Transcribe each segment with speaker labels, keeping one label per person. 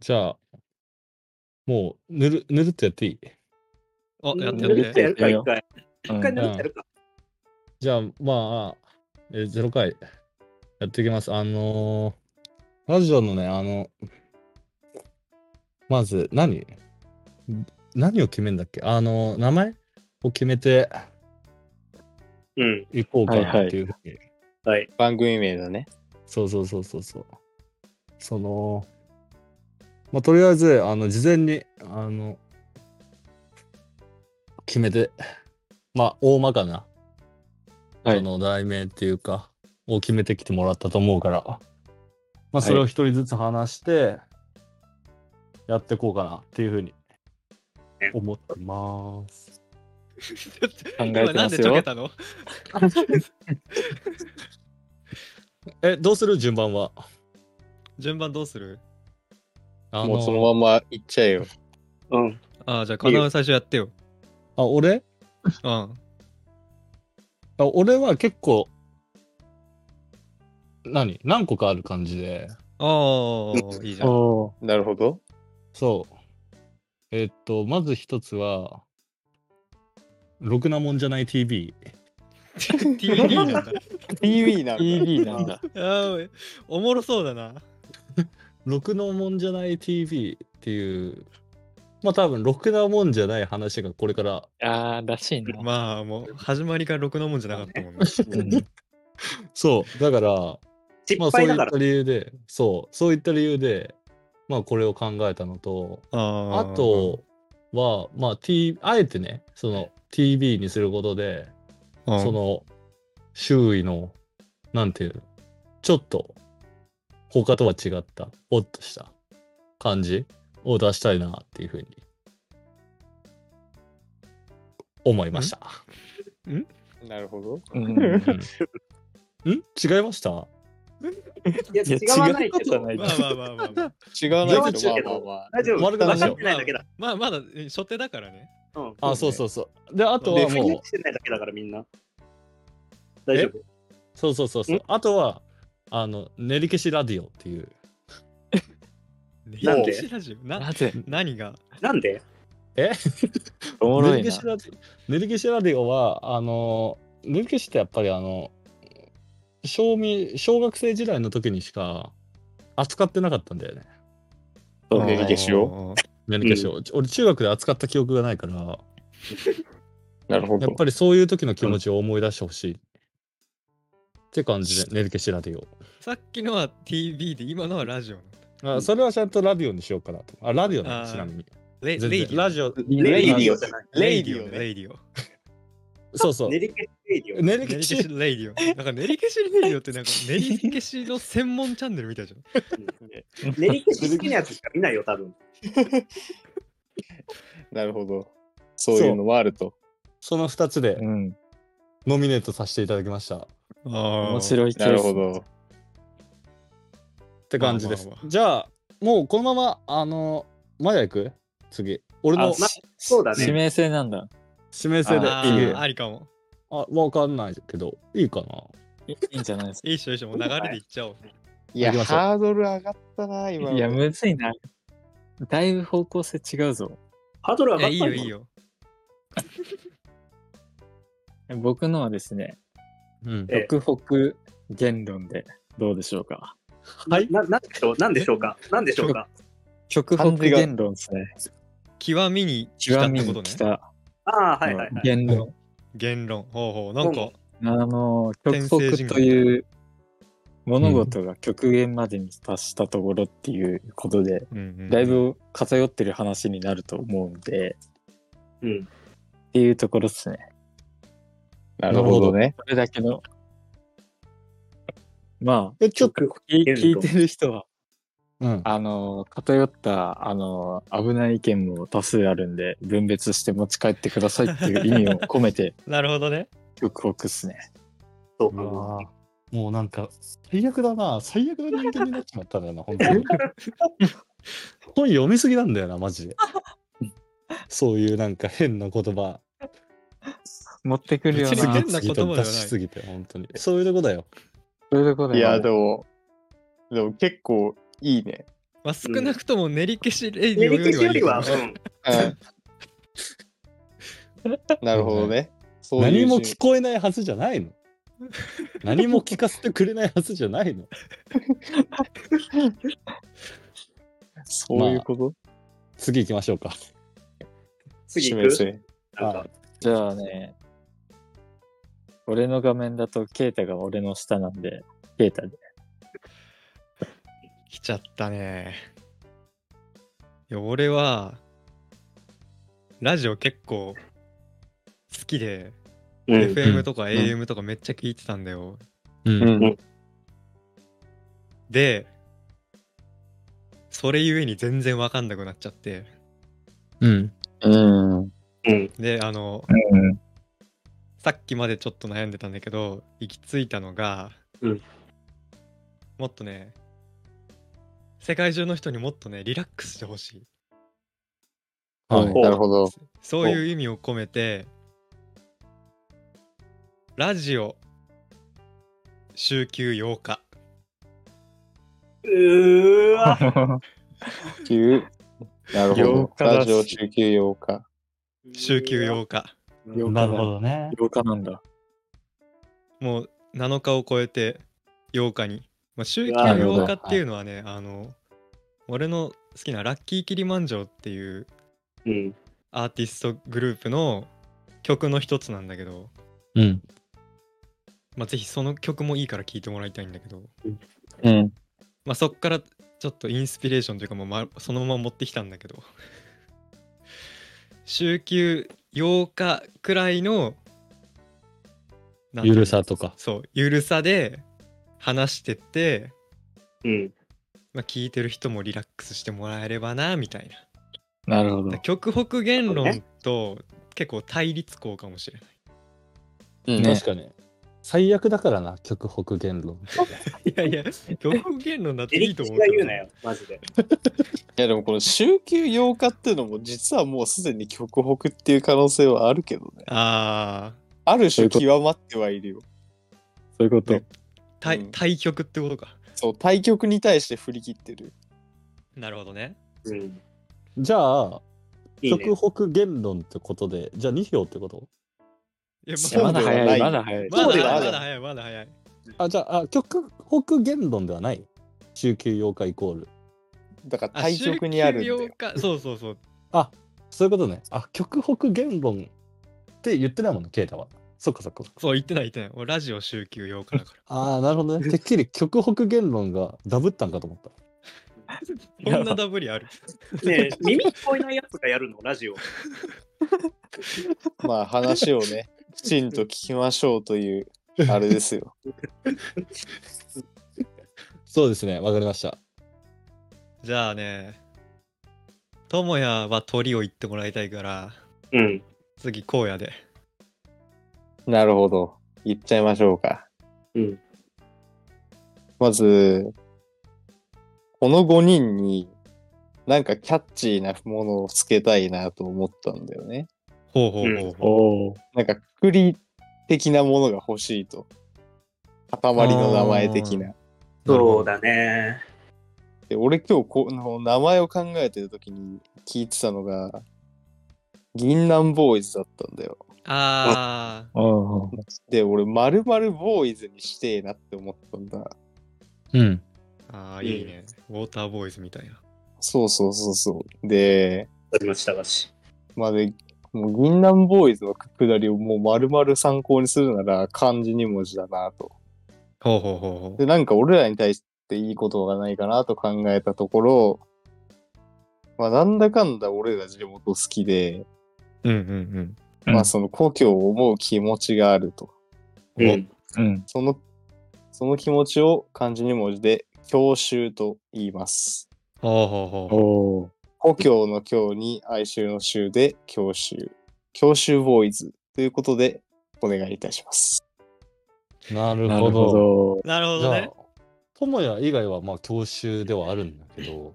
Speaker 1: じゃあ、もう、ぬる、ぬるっとやっていい
Speaker 2: あ、やって
Speaker 3: や
Speaker 2: や
Speaker 3: る
Speaker 2: っ
Speaker 3: か
Speaker 2: て。
Speaker 3: 一回。一回
Speaker 4: うん
Speaker 3: ぬるってやるか。
Speaker 1: じゃあ、まあ、えー、0回やっていきます。あのーラジオのね、あの、まず何、何を決めんだっけあのー名前を決めて
Speaker 3: うん。
Speaker 1: いこうか
Speaker 4: はいは
Speaker 1: ないっていうふうに。
Speaker 3: はい。
Speaker 4: 番組名だね。
Speaker 1: そうそうそうそうそう。その、まあ、とりあえず、あの、事前に、あの、決めて、まあ、大まかな、
Speaker 4: はい
Speaker 1: その題名っていうか、を決めてきてもらったと思うから、まあ、
Speaker 4: い
Speaker 1: それを一人ずつ話して、やってこうかなっていうふうに
Speaker 3: ね
Speaker 1: 思ってます。
Speaker 4: 考え
Speaker 2: 今
Speaker 4: て
Speaker 2: な
Speaker 4: ま
Speaker 2: んですちょけ
Speaker 4: よ。
Speaker 2: たの
Speaker 1: え、どうする順番は。
Speaker 2: 順番どうする
Speaker 1: あ
Speaker 4: もうそのまんま行っちゃえよ。
Speaker 3: うん。
Speaker 2: あー、じゃあ、かなう最初やってよ。
Speaker 1: あ、俺
Speaker 2: うん。
Speaker 1: あ俺は結構、何何個かある感じで、
Speaker 2: ああ、いいじゃん。
Speaker 4: おーなるほど。
Speaker 1: そう。えっと、まず一つは、ろくなもんじゃない TV。
Speaker 2: TD なん だ。
Speaker 4: TV なんだ。
Speaker 3: TV なんだ。
Speaker 2: あーおもろそうだな。
Speaker 1: ろくなもんじゃない TV っていう、まあ多分、ろくなもんじゃない話がこれから、
Speaker 4: ああ、らしいな。
Speaker 2: まあ、もう、始まりからろくなもんじゃなかったもんね。
Speaker 4: うん
Speaker 1: そう、だから、ま
Speaker 3: 失
Speaker 1: あそう
Speaker 3: 敗
Speaker 1: い
Speaker 3: だ
Speaker 1: っ
Speaker 3: か
Speaker 1: た
Speaker 3: ら。
Speaker 1: 理由で、そう、そういった理由で、まあこれを考えたのと、
Speaker 2: ああ
Speaker 1: あ、とは、まあ、T、あえてね、その TV にすることで、
Speaker 2: うん
Speaker 1: その周囲の、なんていうの、ちょっと他とは違った、おっとした感じを出したいなっていうふうに思いました。
Speaker 4: なるほど。
Speaker 1: うんん違いました
Speaker 3: いや、
Speaker 4: いや
Speaker 3: 違わないけ
Speaker 4: 違うこと
Speaker 3: ど
Speaker 4: は。ない
Speaker 2: まあまあまあまあまあ。
Speaker 4: 違わないけ
Speaker 1: 違
Speaker 4: ど、
Speaker 1: う
Speaker 3: けど
Speaker 4: まあまあまあ。
Speaker 3: 大丈夫。
Speaker 1: 悪く
Speaker 3: 分
Speaker 1: な
Speaker 3: か
Speaker 1: い
Speaker 3: ってないだけだ。
Speaker 2: まあまだえ初手だからね。
Speaker 3: うん。
Speaker 1: あ、そうそうそう。で、あと
Speaker 4: で
Speaker 1: は
Speaker 3: 分
Speaker 1: もう
Speaker 3: か、ってないだけだから、みんな。大丈夫。
Speaker 1: そうそうそうそう。あとは、あの、練り消しラディオっていう。
Speaker 3: なんで
Speaker 2: 歴史ラジオな
Speaker 4: なぜ
Speaker 2: 何が
Speaker 3: なんで
Speaker 4: おもろ
Speaker 1: 練
Speaker 4: い
Speaker 1: り消。
Speaker 4: な
Speaker 1: しラディ練り消しラディオはあの練り消しってやっぱりあの小み小学生時代の時にしか扱ってなかったんだよね
Speaker 4: そう練り消しを。
Speaker 2: を。
Speaker 1: 練り消しを、俺中学で扱った記憶がないからや
Speaker 4: なるほど
Speaker 1: っ。ぱりそういう時の気持ちを思い出してほしい、って感じで練り消しラディ
Speaker 2: さっきのは TV で、今のはラジオなんだ。
Speaker 1: オあそれはちゃんとラディオにしようかなとあラディオな
Speaker 2: あ
Speaker 1: の
Speaker 2: ー
Speaker 1: ちなみに
Speaker 2: レ
Speaker 1: 全
Speaker 2: レイ
Speaker 1: 然
Speaker 2: ディオ
Speaker 1: ラジオ
Speaker 3: レイデ
Speaker 4: ィ
Speaker 3: ィ
Speaker 4: オ
Speaker 3: オじゃない。
Speaker 4: レイディオね。
Speaker 2: レイディオ。
Speaker 1: そうそう
Speaker 3: 練り消しレイディオ。
Speaker 1: 練り
Speaker 2: 練
Speaker 1: 消
Speaker 2: り
Speaker 1: し
Speaker 2: 消しレイディオ。なんか練り消しレイディオってなんか練り消しの専門チャンネルみたいじゃん。
Speaker 3: 練り消し好きなやつしか見ないよ、多分。
Speaker 4: なるほど。そういうのもあると。
Speaker 1: その2つで
Speaker 4: ん。
Speaker 1: ノミネートさせていただきました、っ
Speaker 2: 面
Speaker 4: 面白い
Speaker 2: い。
Speaker 4: なるほど。
Speaker 1: て感じです、
Speaker 2: まあまあまあ
Speaker 1: じゃあもうこのままあのマヤ行く次俺
Speaker 4: あ
Speaker 1: の
Speaker 3: まそうだね
Speaker 4: 指名制なんだ。
Speaker 1: 指名制で
Speaker 2: あ
Speaker 1: いい
Speaker 2: ー
Speaker 1: あ
Speaker 2: ありかも。
Speaker 1: わかんないけどいいかない
Speaker 4: いんじゃないです
Speaker 2: いいっしょいいっしょ。もう流れでいっちゃおう。
Speaker 4: い
Speaker 1: や
Speaker 4: や、
Speaker 1: ハ
Speaker 4: ハードル上がったな、今か。いや、むずいな。だいぶ方向性違うぞ。
Speaker 3: ハードル上が
Speaker 2: いや
Speaker 3: っ
Speaker 2: いい
Speaker 3: た
Speaker 2: よ
Speaker 3: の
Speaker 2: いいよ。
Speaker 4: 僕のはですね、
Speaker 1: うん
Speaker 3: ええ
Speaker 4: 極北言論でどうでしょうか。
Speaker 1: はい
Speaker 3: ななんでしょうなんでしょうかなんでしょうか
Speaker 4: 極北言論ですね。
Speaker 2: 極みに来た
Speaker 4: 極
Speaker 2: っ
Speaker 4: み
Speaker 2: てことね
Speaker 4: に来。た
Speaker 3: ああ、はいはい
Speaker 4: の
Speaker 3: はい。
Speaker 4: 言論。
Speaker 2: 言論。ほうほう。なんか、
Speaker 4: あの、
Speaker 2: 天
Speaker 4: 極
Speaker 2: 聖人
Speaker 4: 北という物事が極限までに達したところっていうことで、だいぶ偏ってる話になると思うんで、
Speaker 3: うん。
Speaker 4: っていうところですね。
Speaker 1: な
Speaker 4: な
Speaker 1: る
Speaker 4: る
Speaker 1: ほ
Speaker 4: ほ
Speaker 1: ど
Speaker 4: どね。それだけの。まあ、
Speaker 1: えちょっと、
Speaker 4: 聞い
Speaker 3: 言
Speaker 4: 聞
Speaker 3: 論
Speaker 4: いてる人は、
Speaker 1: うん、
Speaker 4: あの、偏った、あの、危ない意見も多数あるんで、分別して持ち帰ってくださいっていう意味を込め て、
Speaker 2: なるほどね。
Speaker 4: 極北っすね。
Speaker 3: そう
Speaker 1: う
Speaker 3: か。
Speaker 1: わーもうなんか最悪だな最悪の人間になっちまったんだよな本 当に本読みすぎなんだよなマジでそういうなんか変な言葉
Speaker 4: 持ってくるよ
Speaker 2: 別に
Speaker 4: な。
Speaker 2: 変な言葉ではない
Speaker 1: 出しすぎて本当にそういうとこだよ
Speaker 4: そういうとこだよねでも、でも結構いいね。
Speaker 2: まあ、少なくとも練り消しレイデ
Speaker 3: 練
Speaker 2: ィオ
Speaker 3: り消しよ
Speaker 2: よ
Speaker 3: り
Speaker 2: り
Speaker 3: は、
Speaker 2: は
Speaker 3: うん、
Speaker 5: うんなるほどね。そうい
Speaker 1: 何
Speaker 5: う
Speaker 1: も聞こえないはずじゃないの何も聞かせてくれないはずじゃないの
Speaker 4: そういうこと、
Speaker 1: 次行きましょうか。
Speaker 3: 次行
Speaker 4: 締め
Speaker 3: く
Speaker 4: 締め
Speaker 3: なんか
Speaker 1: は
Speaker 4: じゃあね、俺の画面だとケイタが俺の下なんで、ケイタで。
Speaker 2: 来ちゃったね。いや、俺は、ラジオ結構好きで、
Speaker 3: うん
Speaker 2: FM とか AM とかめっちゃ聞いてたんだよ。
Speaker 1: うん。
Speaker 4: ん。
Speaker 2: で、それゆえに全然わかんなくなっちゃって。
Speaker 1: うん。
Speaker 4: うん。うん。
Speaker 2: で、あの、さっきまでちょっと悩んでたんだけど、行き着いたのが、
Speaker 3: うん
Speaker 2: もっとね、世界中の人にもっとね、リラックスしてほしい。
Speaker 1: はい。
Speaker 5: なるほど。
Speaker 2: そういう意味を込めて、ラジオ、週休8日。
Speaker 3: うーわ
Speaker 4: 急。
Speaker 5: なるほど。
Speaker 4: 8日だし
Speaker 5: ラジオ中継8日。
Speaker 2: 週休8日。
Speaker 4: 8
Speaker 1: なるほどね。
Speaker 4: 8日なんだ。
Speaker 2: もう7日を超えて8日に。まあ、週休
Speaker 3: な
Speaker 1: るほど
Speaker 2: 8日っていうのはね、あの、俺の好きなラッキーキリマンジョっていう
Speaker 3: うん
Speaker 2: アーティストグループの曲の一つなんだけど、
Speaker 1: うん。
Speaker 2: まあ、ぜひその曲もいいから聴いてもらいたいんだけど、
Speaker 4: うん。
Speaker 2: まあ、そっからちょっとインスピレーションというかもう、ま、そのまま持ってきたんだけど 週休8日くらいのなんていう
Speaker 1: ゆ
Speaker 2: の
Speaker 1: るさとか。
Speaker 2: そうゆるさで話してって、
Speaker 3: うん
Speaker 2: まあ、聞いてる人もリラックスしてもらえればなみたいな
Speaker 4: なるほど
Speaker 2: だから。極北言論と結構対立校かもしれない
Speaker 5: うん
Speaker 4: ね
Speaker 1: 確かに。最悪だからな、極北言 論。
Speaker 2: いやいや極北言論だって
Speaker 3: エ
Speaker 2: い
Speaker 3: リ
Speaker 2: い
Speaker 3: ッ
Speaker 2: と
Speaker 3: ク
Speaker 2: 思
Speaker 3: ス
Speaker 2: う
Speaker 3: が
Speaker 2: けど
Speaker 3: 言うなよマジで
Speaker 5: いやでもこの週休8日っていうのも実はもうすでに極北っていう可能性はあるけどね。
Speaker 2: ああ
Speaker 5: ある種極まってはいるよ。
Speaker 4: そういうこと。
Speaker 2: 対
Speaker 5: うん
Speaker 2: 対局ってことか
Speaker 5: そう、対局に対して振り切ってる。
Speaker 2: なるほどね
Speaker 3: うん
Speaker 1: じゃあ、
Speaker 3: いいね
Speaker 1: 極北言論ってことで、じゃあ2票ってこと
Speaker 2: いや
Speaker 5: そ
Speaker 4: いうや
Speaker 5: だ
Speaker 4: ま
Speaker 5: よ
Speaker 4: だ早い、まだ早い。
Speaker 2: まだ
Speaker 5: そうではあ
Speaker 2: ま
Speaker 5: る
Speaker 2: だ早いまだ早い
Speaker 1: あ、じゃあ、あ極北言論ではない。週休8日イコール。
Speaker 5: だから
Speaker 2: あ
Speaker 5: 対局にあるんだ
Speaker 2: 週
Speaker 5: よ。
Speaker 2: 休8日そうそうそう
Speaker 1: そういうことね。あ、極北言論って言ってないもんね、ケイタは。そっかそっか。
Speaker 2: そう言ってない言ってない俺ラジオ週休8日だか
Speaker 1: ああ、なるほど ね。てっきり極北言論がダブったんかと思った。
Speaker 2: らこんなダブりある
Speaker 3: ねえ耳聞こえないやつがやるのラジオ
Speaker 5: まあ話を ね、きちんと聞きましょうと いう、あれですよ。
Speaker 1: そうですね、わかりました。
Speaker 2: じゃあね智也は鳥を言ってもらいたいから
Speaker 3: うん
Speaker 2: 次荒野で
Speaker 5: なるほど。行っちゃいましょうか。
Speaker 3: うん
Speaker 5: まず、この5人になんかキャッチーなものをつけたいなと思ったんだよね。
Speaker 2: ほうほうほうほう、
Speaker 4: おお。
Speaker 5: なんかくくり的なものが欲しいと。塊の名前的な。
Speaker 3: そうだね
Speaker 5: で俺今日この名前を考えてる時に聞いてたのが、銀杏ボーイズだったんだよ。
Speaker 2: ああ
Speaker 4: うん。
Speaker 5: で、俺、まるまるボーイズにしてえなって思ったんだ。
Speaker 1: うん。
Speaker 2: あーいいね、ウォーターボーイズみたいな
Speaker 5: そうそうそうそう。で、
Speaker 3: ありましたがし
Speaker 5: まあね、もう銀杏ボーイズのくくだりをもう丸々参考にするなら漢字2文字だなと。
Speaker 2: ほうほうほうほ
Speaker 5: で、なんか俺らに対していいことがないかなと考えたところ、まあなんだかんだ俺ら地元好きで、
Speaker 2: ううんうん
Speaker 5: まあその故郷を思う気持ちがあると。
Speaker 2: うん
Speaker 3: うん
Speaker 4: うん。
Speaker 5: その、その気持ちを漢字2文字で郷愁と言います。
Speaker 2: ほうほう
Speaker 4: お
Speaker 2: ほ
Speaker 4: お。
Speaker 5: 故郷の郷に哀愁の愁で郷愁。郷愁ボーイズということでお願いいたします。
Speaker 1: なる
Speaker 4: な
Speaker 1: ほ
Speaker 4: る
Speaker 1: ど。
Speaker 4: ほ
Speaker 2: うなるほ
Speaker 1: じゃ
Speaker 2: ど
Speaker 1: あ
Speaker 2: ね、
Speaker 1: 智也以外はまあ教習ではあるんだけど、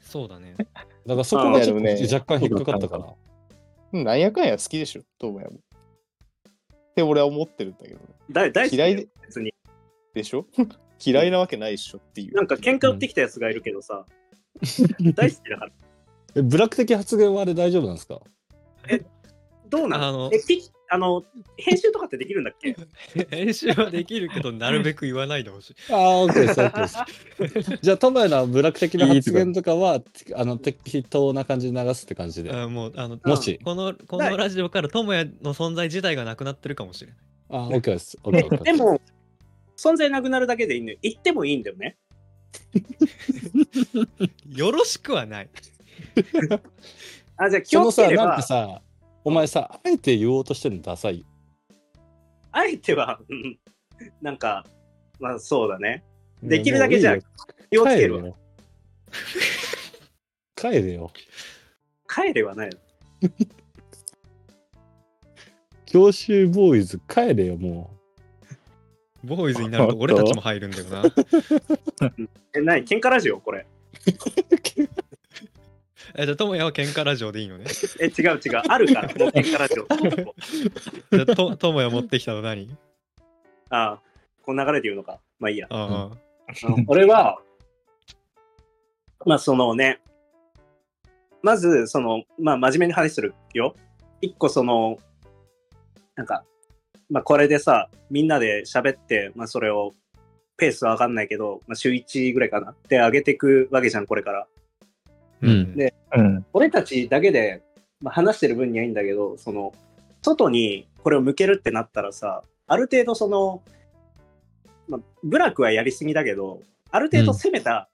Speaker 2: そうだね
Speaker 1: だからそこがちょっ
Speaker 5: あーなるほ
Speaker 1: と
Speaker 5: どね
Speaker 1: 若干引っかかったから。
Speaker 5: なんやかんや好きでしょ、どうもやも。って俺は思ってるんだけどね。
Speaker 3: だ大好き
Speaker 5: 嫌いで
Speaker 3: 別に
Speaker 5: でしょ 嫌いなわけないっしょっていう。
Speaker 3: なんか喧嘩売ってきたやつがいるけどさ大好きだから。
Speaker 1: えブラック的発言はあれ大丈夫なんですか
Speaker 3: どうな
Speaker 2: あの
Speaker 3: のえ、ピッあの、編集とかってできるんだっけ
Speaker 2: 編集はできるけど、なるべく言わないでほしい。
Speaker 1: ああ、OK です、OK です。 じゃあ、トマヤのブラック的な発言とかは、あの適当な感じで流すって感じで。あ
Speaker 2: あもうあの
Speaker 1: もし
Speaker 2: このこのラジオから智也の存在自体がなくなってるかもしれない。
Speaker 1: あ、OK です。OK, OK
Speaker 3: で、も、存在なくなるだけでいいのよ。言ってもいいんだよね。
Speaker 2: よろしくはない。
Speaker 3: あ、じゃあ気
Speaker 1: そ
Speaker 3: を
Speaker 1: の
Speaker 3: つけ
Speaker 1: さ、
Speaker 3: れ
Speaker 1: なん
Speaker 3: ば
Speaker 1: か、さ、お前さ、あえて言おうとしてるのダサい。
Speaker 3: あえては、 うんなんか、まあそうだね。できるだけじゃあ気をつけるわ。
Speaker 1: よ。帰れよ。
Speaker 3: 帰れはない。
Speaker 1: 教習ボーイズ帰れよ、も
Speaker 2: ボーイズになると俺たちも入るんだよな。
Speaker 3: え、ない喧嘩ラジオこれ。
Speaker 2: えじゃあ智也は喧嘩ラジオでいいのね。
Speaker 3: え、違う違う。あるから、もう喧嘩 ラジオ。
Speaker 2: じゃあと智也持ってきたの何
Speaker 3: ああ、この流れで言うのか。まあいいや。
Speaker 2: あ
Speaker 3: あの俺は、まあそのね、まず、その、まあ真面目に話するよ。一個その、なんか、まあこれでさ、みんなで喋って、まあそれを、ペースはわかんないけど、まあ週1ぐらいかな。で上げていくわけじゃん、これから。
Speaker 2: あ。うん
Speaker 3: で
Speaker 4: うん。
Speaker 3: 俺たちだけで、まあ、話してる分にはいいんだけどその外にこれを向けるってなったらさある程度その、まあ、部落はやりすぎだけどある程度攻めた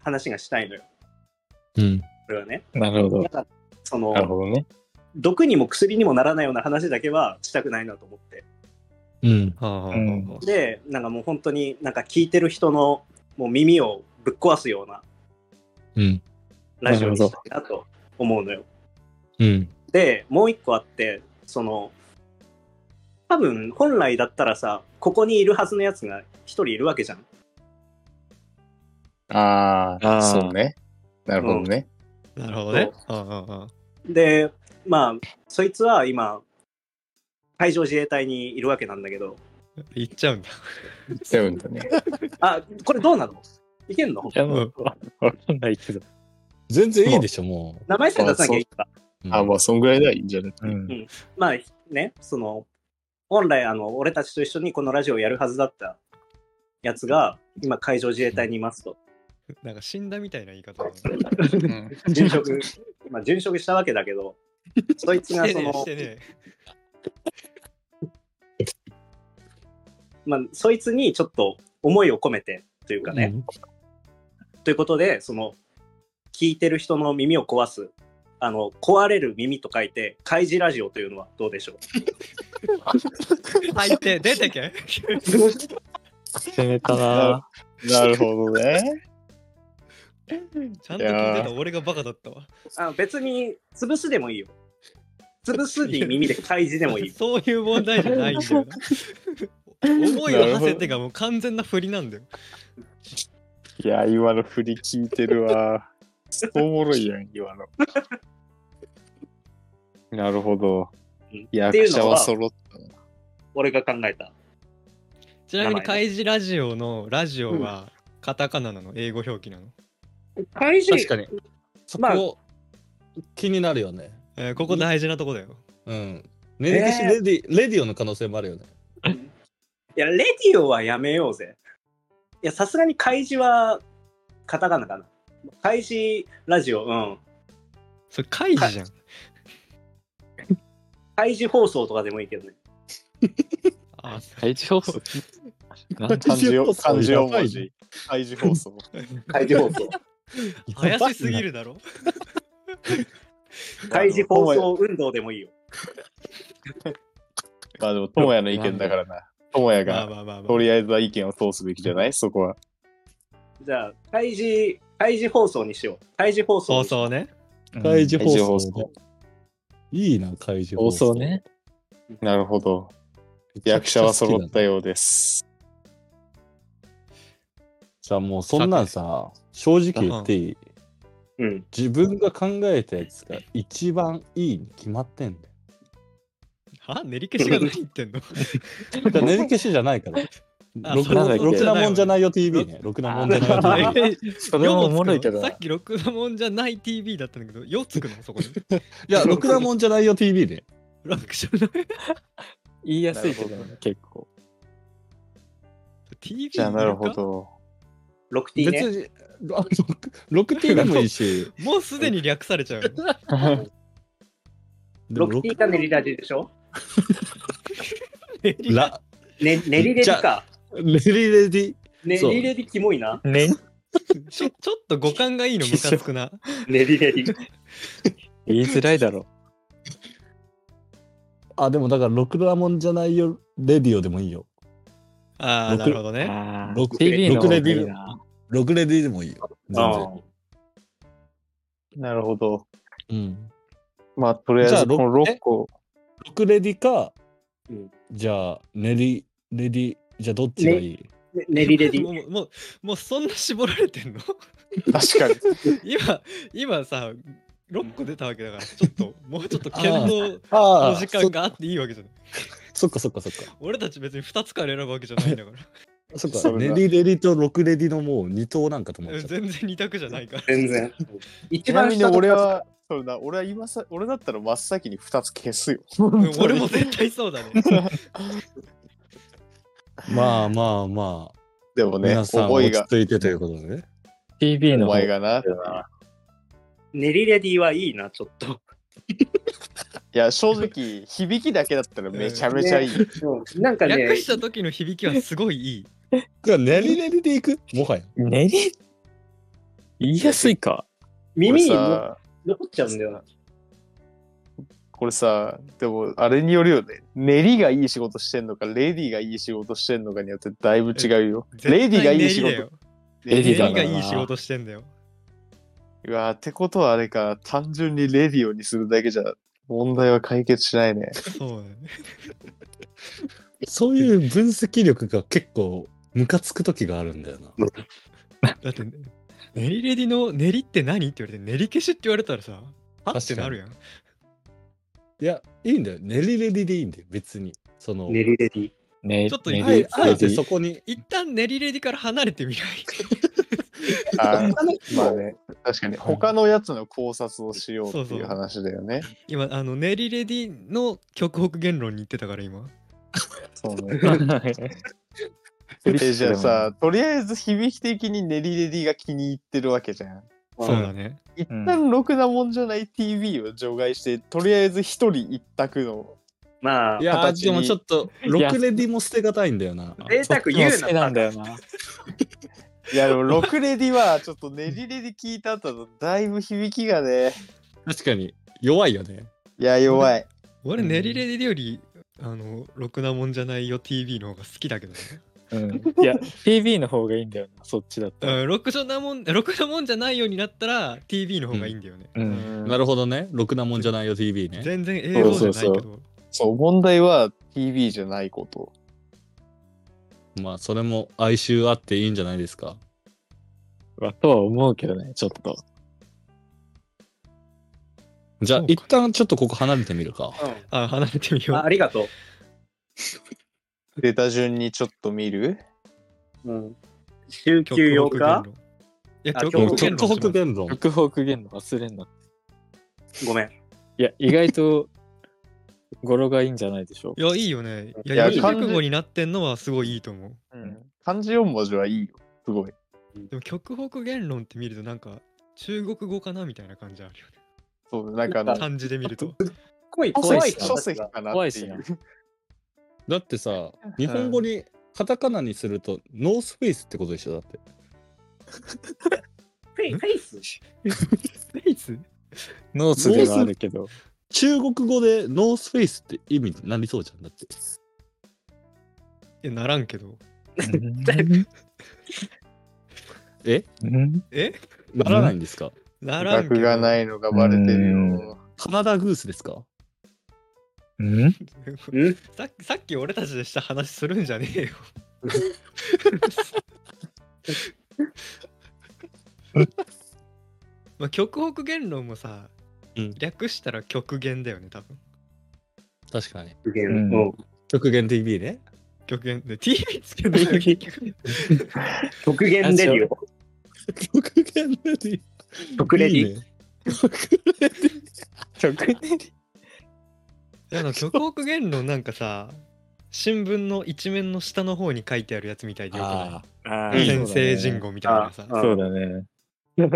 Speaker 3: 話がしたいのよ、
Speaker 1: う。うん。
Speaker 3: これはね。
Speaker 4: なるほど
Speaker 3: だ。からそ
Speaker 4: なる
Speaker 3: の
Speaker 4: ほどね。
Speaker 3: 毒にも薬にもならないような話だけはしたくないなと思って
Speaker 1: うん。
Speaker 2: はあはあはあ
Speaker 4: うん
Speaker 3: でなんかもう本当になんか聞いてる人のもう耳をぶっ壊すような
Speaker 1: うん。
Speaker 3: ラジオにしたいなと思うのよ。
Speaker 1: うん。
Speaker 3: でもう一個あってその多分本来だったらさここにいるはずのやつが一人いるわけじゃん
Speaker 5: ああ
Speaker 4: あー
Speaker 5: そうね。なるほどね。
Speaker 2: なるほどね。はあはあはあ
Speaker 3: でまあそいつは今海上自衛隊にいるわけなんだけど
Speaker 2: 言っちゃうんだ。
Speaker 5: 言っちゃうんだね。
Speaker 3: あこれどうなのいけんの
Speaker 4: いや、もう、わわかんないけど。
Speaker 1: 全然いいでしょ、も
Speaker 3: 名前さえ出さなきゃいいか
Speaker 1: う。うん
Speaker 5: あまあ、そんぐらいではいいんじゃない、
Speaker 4: うん。
Speaker 3: まあねその本来あの俺たちと一緒にこのラジオをやるはずだったやつが今海上自衛隊にいます と
Speaker 2: なんか死んだみたいな言い方だね。
Speaker 3: 殉職まあ殉職したわけだけどそいつ
Speaker 2: し
Speaker 3: が
Speaker 2: て
Speaker 3: そ
Speaker 2: ねえ
Speaker 3: の
Speaker 2: してねえ。
Speaker 3: まあ、そいつにちょっと思いを込めてというかね、ということでその聞いてる人の耳を壊すあの壊れる耳と書いて開示ラジオというのはどうでしょう
Speaker 2: 入って出てけ。
Speaker 4: 攻めた な
Speaker 5: なるほどね。
Speaker 2: ちゃんと聞いてた俺がバカだったわ。
Speaker 3: あの別に潰すでもいいよ潰すに耳で開示でもい い
Speaker 2: そういう問題じゃないんだよな。思いを馳せてがもう完全な振りなんだよ。
Speaker 5: いや、今の振り聞いてるわ。おもろいやん、今の。なるほど。
Speaker 3: うんってい
Speaker 5: 役
Speaker 3: う
Speaker 5: 者
Speaker 3: の
Speaker 5: は
Speaker 3: は
Speaker 5: 揃っ
Speaker 3: 俺が考えた
Speaker 2: ちなみに開示ラジオのラジオはカタカナなの、英語表記なの。
Speaker 3: 開示
Speaker 1: 確かに。そこ、
Speaker 3: まあ
Speaker 1: 気になるよね。
Speaker 2: えーここ大事なとこだよ。
Speaker 1: うん。メレディシレディ、レディオの可能性もあるよね。
Speaker 3: いやレディオはやめようぜいやさすがに開示はカタカナかな開示ラジオうん
Speaker 2: それ開示じゃん。
Speaker 3: 開示放送とかでもいいけどね
Speaker 2: あ
Speaker 4: 会長。なん
Speaker 5: た。漢字を、漢字を
Speaker 1: やば
Speaker 5: 文
Speaker 1: い
Speaker 5: 字。開示放送。
Speaker 3: 開示放送
Speaker 1: やば
Speaker 2: 怪
Speaker 1: い
Speaker 2: しすぎ
Speaker 1: な。
Speaker 2: るだろ。
Speaker 3: 開示放送運動でもいいよ
Speaker 5: まあでも、ともやの意見だからな。ともや
Speaker 2: ま
Speaker 5: が、
Speaker 2: あまあまあま
Speaker 5: と
Speaker 2: あ。
Speaker 5: りあえずは意見を通すべきじゃないそこは。
Speaker 3: じゃあ、開示、開示放送にしよう。開示放送
Speaker 2: そ
Speaker 3: に
Speaker 2: う
Speaker 3: しよ
Speaker 2: そうね。
Speaker 1: 開示
Speaker 5: 開示
Speaker 1: 放
Speaker 5: 放
Speaker 1: 送
Speaker 5: 送。
Speaker 1: いいな、怪獣
Speaker 4: 放送ね。。
Speaker 5: なるほど。役者は揃ったようです。
Speaker 1: じゃあもうそんなんさ、正直言っていい。
Speaker 3: う。うん。
Speaker 1: 自分が考えたやつが一番いいに決まってんだよ。
Speaker 2: は練り消しが何言ってんの
Speaker 1: だから練り消しじゃないから。
Speaker 2: あ
Speaker 1: ろく
Speaker 4: そ
Speaker 1: な
Speaker 4: れ
Speaker 1: ろくなもんじゃないよ TV ね。ろくなもんじゃないよ TV。
Speaker 4: それもおもろいけど
Speaker 2: さ
Speaker 4: な
Speaker 2: っ。きろくなもんじゃない TV だったんだけど、よつくのそこに。
Speaker 1: いや、ろくなもんじゃないよ TV ね。
Speaker 2: 楽勝だね。
Speaker 4: 言いやすいけど
Speaker 5: なるほ
Speaker 4: ね、結構。
Speaker 2: TV
Speaker 5: じゃあ、なるほ
Speaker 2: いるか。
Speaker 5: ど。
Speaker 3: 6T ね。
Speaker 1: 別に、あ 6T でもいいし、
Speaker 2: もうすでに略されちゃうよ。
Speaker 1: でも
Speaker 3: 6T が練りラジでしょ
Speaker 1: ラ、
Speaker 3: ね、練りレディか。
Speaker 1: レディレディ。
Speaker 3: 練
Speaker 1: そう
Speaker 3: りレディキモい な。
Speaker 4: ね。
Speaker 2: ちょちょっと五感がいいのムカつくな。
Speaker 3: 練りレディ。
Speaker 4: 言いづらいだろ。
Speaker 1: あ、でもだから、ろくなもんじゃないよ、レディオでもいいよ。
Speaker 2: ああ、なるほどね。
Speaker 4: あ
Speaker 1: ろく
Speaker 4: ー TV の方がい
Speaker 1: ろ
Speaker 4: い
Speaker 1: く
Speaker 4: な。
Speaker 1: ろくレディでもいいよ。全
Speaker 3: あ
Speaker 1: 然。
Speaker 5: なるほど。
Speaker 1: うん。
Speaker 5: まあ、とりあえ
Speaker 1: じゃあ
Speaker 5: ず、この
Speaker 1: ろく
Speaker 5: 6個。
Speaker 1: ろくレディか
Speaker 3: うん、
Speaker 1: じゃあ、レディ、レディ、じゃあどっちがいい
Speaker 3: ね練りレデ
Speaker 2: も
Speaker 3: ィ。
Speaker 2: うもうもうそんな絞られてんの
Speaker 5: 確かに。
Speaker 2: 今今さ6個出たわけだからちょっともうちょっと検討
Speaker 1: あ
Speaker 2: の時間があっていいわけじゃない
Speaker 1: そそっかそっかそっか。
Speaker 2: 俺たち別に2つから選ぶわけじゃないんだから
Speaker 1: そっ
Speaker 5: そ
Speaker 1: か、
Speaker 5: うだ
Speaker 1: レディレディとろくレディのもう二頭なんかと思っちゃった。
Speaker 2: 全然2択じゃな いから
Speaker 3: 全然。一
Speaker 5: ちな
Speaker 3: 番
Speaker 5: みに
Speaker 3: 下と
Speaker 5: 俺は、そうだ、俺は今さ、俺だったら真っ先に2つ消すよ。
Speaker 2: うん俺も絶対そうだね
Speaker 1: まあまあまあ、
Speaker 5: でもね、
Speaker 1: 皆さん
Speaker 5: 思
Speaker 1: 落
Speaker 5: い
Speaker 1: ち
Speaker 5: が、
Speaker 1: 着いてということでね。
Speaker 4: TV の
Speaker 5: お
Speaker 4: 方が
Speaker 5: 前
Speaker 4: いい
Speaker 5: がな。
Speaker 4: な。
Speaker 3: 練りレディはいいな、ちょっと。
Speaker 5: いや、正直、響きだけだったらめちゃめちゃいい。
Speaker 3: うんなんかね、
Speaker 2: 略した時の響きはすごいいい
Speaker 1: じゃあ、レディレディでいくもはや。
Speaker 4: ねり言いやすいか。
Speaker 3: 耳に
Speaker 5: これ
Speaker 3: も
Speaker 5: さ、
Speaker 3: 残っちゃうんだよな。
Speaker 5: これさ、でも、あれによるよね。練りがいい仕事してんのか、レディがいい仕事してんのかによってだいぶ違うよ。レディがいい仕
Speaker 2: 絶対練りだ
Speaker 5: 事。
Speaker 2: よ
Speaker 4: レ
Speaker 2: 練
Speaker 4: ディだ
Speaker 2: り
Speaker 4: な
Speaker 2: がいい仕事してんだよ
Speaker 5: うわってことはあれか、単純にレディオにするだけじゃ問題は解決しないね。
Speaker 2: そうだね
Speaker 1: そういう分析力が結構ムカつく時があるんだよな。
Speaker 2: だって、ね、練りレディの練りって何って言われて練り消しって言われたらさはってなるやん
Speaker 1: いや、いいんだよ。練りレディでいいんだよ、別に。その、
Speaker 3: 練りレディ。
Speaker 4: ね
Speaker 2: ちょっと
Speaker 4: ね
Speaker 1: あえあえて
Speaker 4: り
Speaker 1: そこに。
Speaker 2: 一旦練りレディから離れてみない
Speaker 5: あー
Speaker 3: 他の
Speaker 5: まあね、確かに他のやつの考察をしよう
Speaker 2: そう
Speaker 5: って
Speaker 2: そう
Speaker 5: いう話だよね。
Speaker 2: 今あの練りレディの極北言論に行ってたから今
Speaker 5: そうね。
Speaker 4: フリップでも
Speaker 5: えじゃあさ、とりあえず響き的に練りレディが気に入ってるわけじゃん。
Speaker 2: そうだね
Speaker 5: 一旦ろくなもんじゃない TV を除外して、とりあえず一人一択の。
Speaker 3: まあ
Speaker 1: い、や、
Speaker 5: 形
Speaker 1: で
Speaker 5: に
Speaker 1: もちょっと、
Speaker 4: いや
Speaker 1: 6レディも捨てがたいんだよな。
Speaker 3: 贅沢言う
Speaker 4: 好きなんだよな。
Speaker 5: いや、でも ろくレディはちょっと練りレディ聞いた後のだいぶ響きがね、
Speaker 1: 確かに、弱いよね。
Speaker 5: いや、弱い。
Speaker 2: 俺
Speaker 4: うん
Speaker 2: 練りレディよりあのろくなもんじゃないよ TV の方が好きだけどね
Speaker 4: うんいや、TV の方がいいんだよな、そっちだったら。
Speaker 2: うんろくじゃなもん ろくなもんじゃないようになったら TV の方がいいんだよね、
Speaker 4: うん
Speaker 1: なるほどね。ろくなもんじゃないよ TV ね。
Speaker 2: 全然映像じゃないけど
Speaker 5: そう、問題は TV じゃないこと。
Speaker 1: まあ、それも哀愁あっていいんじゃないですか。
Speaker 4: はとは思うけどね、ちょっと。
Speaker 1: じゃあ
Speaker 2: そう、か
Speaker 1: 一旦ちょっとここ離れてみるか。
Speaker 2: あ離れてみ
Speaker 3: うん
Speaker 2: よ
Speaker 3: ああ
Speaker 2: う
Speaker 3: りがと
Speaker 5: 出た順にちょっと見る
Speaker 3: う。うん、週休8日
Speaker 2: 論いや
Speaker 3: あ
Speaker 2: 極
Speaker 1: 極
Speaker 2: 北言論しま
Speaker 1: 北
Speaker 2: す
Speaker 1: 弁論。
Speaker 4: 極北言語忘れんな。
Speaker 3: ごめん。
Speaker 4: いや、意外と語呂がいいんじゃないでしょ
Speaker 2: いやいいよね
Speaker 5: い
Speaker 2: い
Speaker 5: や
Speaker 2: や四字
Speaker 5: 完全
Speaker 2: 熟語になってんのはすごいいいと思う
Speaker 5: 漢字4文字はいいよ。すごい。
Speaker 2: でも極北言論って見るとなんか中国語かなみたいな感じあるよね
Speaker 5: そう、なんかあの、
Speaker 2: 漢字で見ると
Speaker 3: 濃い
Speaker 5: 怖
Speaker 3: 怖
Speaker 5: い
Speaker 3: い
Speaker 5: 書籍かな
Speaker 4: 怖
Speaker 5: っ
Speaker 4: い
Speaker 5: て
Speaker 4: し
Speaker 5: い
Speaker 4: な
Speaker 5: う。。
Speaker 1: だってさ、日本語にカタカナにすると、ノースフェイスってことでしょだって。
Speaker 3: フェイフェイス
Speaker 2: スペース
Speaker 4: ノースではあるけど。
Speaker 1: 中国語でノースフェイスって意味になりそうじゃん。だって。
Speaker 2: いやならんけど
Speaker 1: え
Speaker 4: うん
Speaker 2: え
Speaker 1: ならないんですか
Speaker 2: ならんけ
Speaker 5: 額
Speaker 2: ど
Speaker 5: がないのがバレてる
Speaker 4: うん
Speaker 5: よ。
Speaker 1: カナダグースですか
Speaker 4: うん
Speaker 3: ん
Speaker 2: さっきさっき俺たちでした話するんじゃね えよ。まあ極北言論もさ、
Speaker 1: うん
Speaker 2: 略したら極限だよね多分。
Speaker 1: 確かに。
Speaker 3: 極限
Speaker 4: うん
Speaker 3: うん
Speaker 1: 極限 TV ね。
Speaker 2: 極限で TV つけない よ結局
Speaker 3: 極限レディを。
Speaker 1: 極限レディ。
Speaker 3: 極レデ
Speaker 1: いい
Speaker 3: ィ。
Speaker 1: ね
Speaker 4: 曲
Speaker 2: いやあの極北言論なんかさ新聞の一面の下の方に書いてあるやつみたいでよくない
Speaker 1: あ
Speaker 4: あ
Speaker 3: ー
Speaker 2: 先生人語みたいなさ
Speaker 3: あ
Speaker 4: そうだね。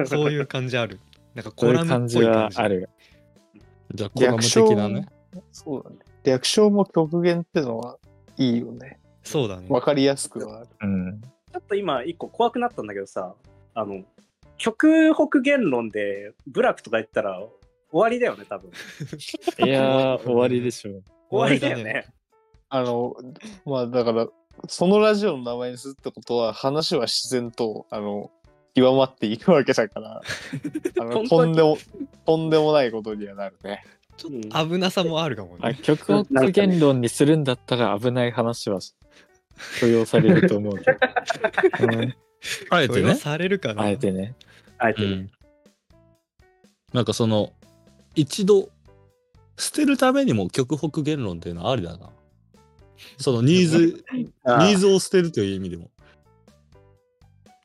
Speaker 2: そういう感じあるなんか
Speaker 4: そ
Speaker 2: コ
Speaker 4: うい
Speaker 2: ラ
Speaker 4: う
Speaker 2: ム
Speaker 4: 感
Speaker 2: っ
Speaker 4: じ
Speaker 2: ぽい感
Speaker 4: は
Speaker 2: じ
Speaker 4: ある。
Speaker 1: ーじゃあコラム的なね。
Speaker 5: そうだね。略称も極限ってのはいいよね。
Speaker 2: そうだね
Speaker 5: わかりやすくはある。
Speaker 4: うん。
Speaker 3: ちょっと今、一個怖くなったんだけどさ、あの、極北言論で部落とか言ったら終わりだよね、多分。
Speaker 4: いやー、 終わりでしょう。
Speaker 3: 終わりだよね。
Speaker 5: あの、まあだから、そのラジオの名前にするってことは、話は自然と、あの、極まっていくわけだ から、あの、
Speaker 3: 本当に
Speaker 5: とんでも、とんでもないことにはなるね。
Speaker 2: ちょっと危なさもあるかも
Speaker 4: あ
Speaker 2: ね
Speaker 4: 曲を苦言論にするんだったら危ない話は許容されると思うけど、 うん
Speaker 1: あえ
Speaker 2: そ
Speaker 1: て
Speaker 2: れ
Speaker 1: ね。
Speaker 2: はされるかな
Speaker 4: あえてね。
Speaker 3: あえ
Speaker 1: う
Speaker 3: てね。
Speaker 1: ん。なんかその、一度、捨てるためにも極北言論っていうのはありだな。そのニーズ、ニ
Speaker 3: あ
Speaker 1: ーズを捨てるという意味でも。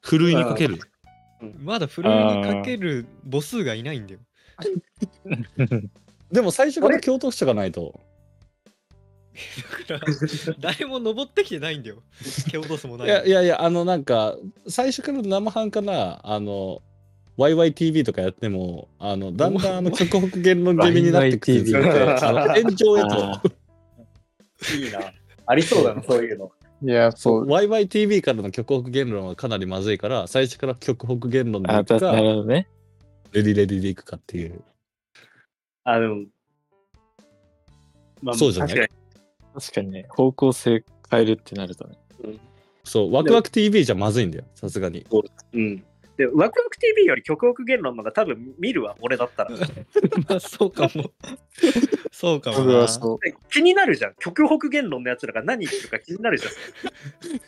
Speaker 1: ふるいにかける。
Speaker 2: まだふるいにかける母数がいないん だよ
Speaker 1: でも最初から共闘者がないと。
Speaker 2: だから誰も登ってきてないんだよ蹴落とすもないい
Speaker 1: やいやいや、あのなんか、最初から生半可な、あの、YYTV とかやっても、あの、だんだんあの極北言論気味になってくる
Speaker 4: YYTV
Speaker 1: あの炎上へ
Speaker 4: あ
Speaker 1: と、
Speaker 3: いいな。ありそうだな、そういうの。
Speaker 5: いや、そう。
Speaker 1: YYTV からの極北言論はかなりまずいから、最初から極北言論で
Speaker 4: あ
Speaker 1: い
Speaker 4: だ
Speaker 1: く
Speaker 4: な
Speaker 1: か、
Speaker 4: るほどね。
Speaker 1: レディレディでいくかっていう。
Speaker 3: あの、ま
Speaker 1: そうじゃない
Speaker 3: 確
Speaker 4: 確かにね、方向性変えるってなるとね。
Speaker 1: そう、ワクワク TV じゃまずいんだよ、さすがに。
Speaker 3: かにうん。で、ワクワク TV より極北言論の方が多分見るわ、俺だったら。
Speaker 2: まあそうか もそうかも
Speaker 5: それは
Speaker 2: な
Speaker 5: そう。
Speaker 3: 気になるじゃん。極北言論のやつらが何言ってるか気になるじ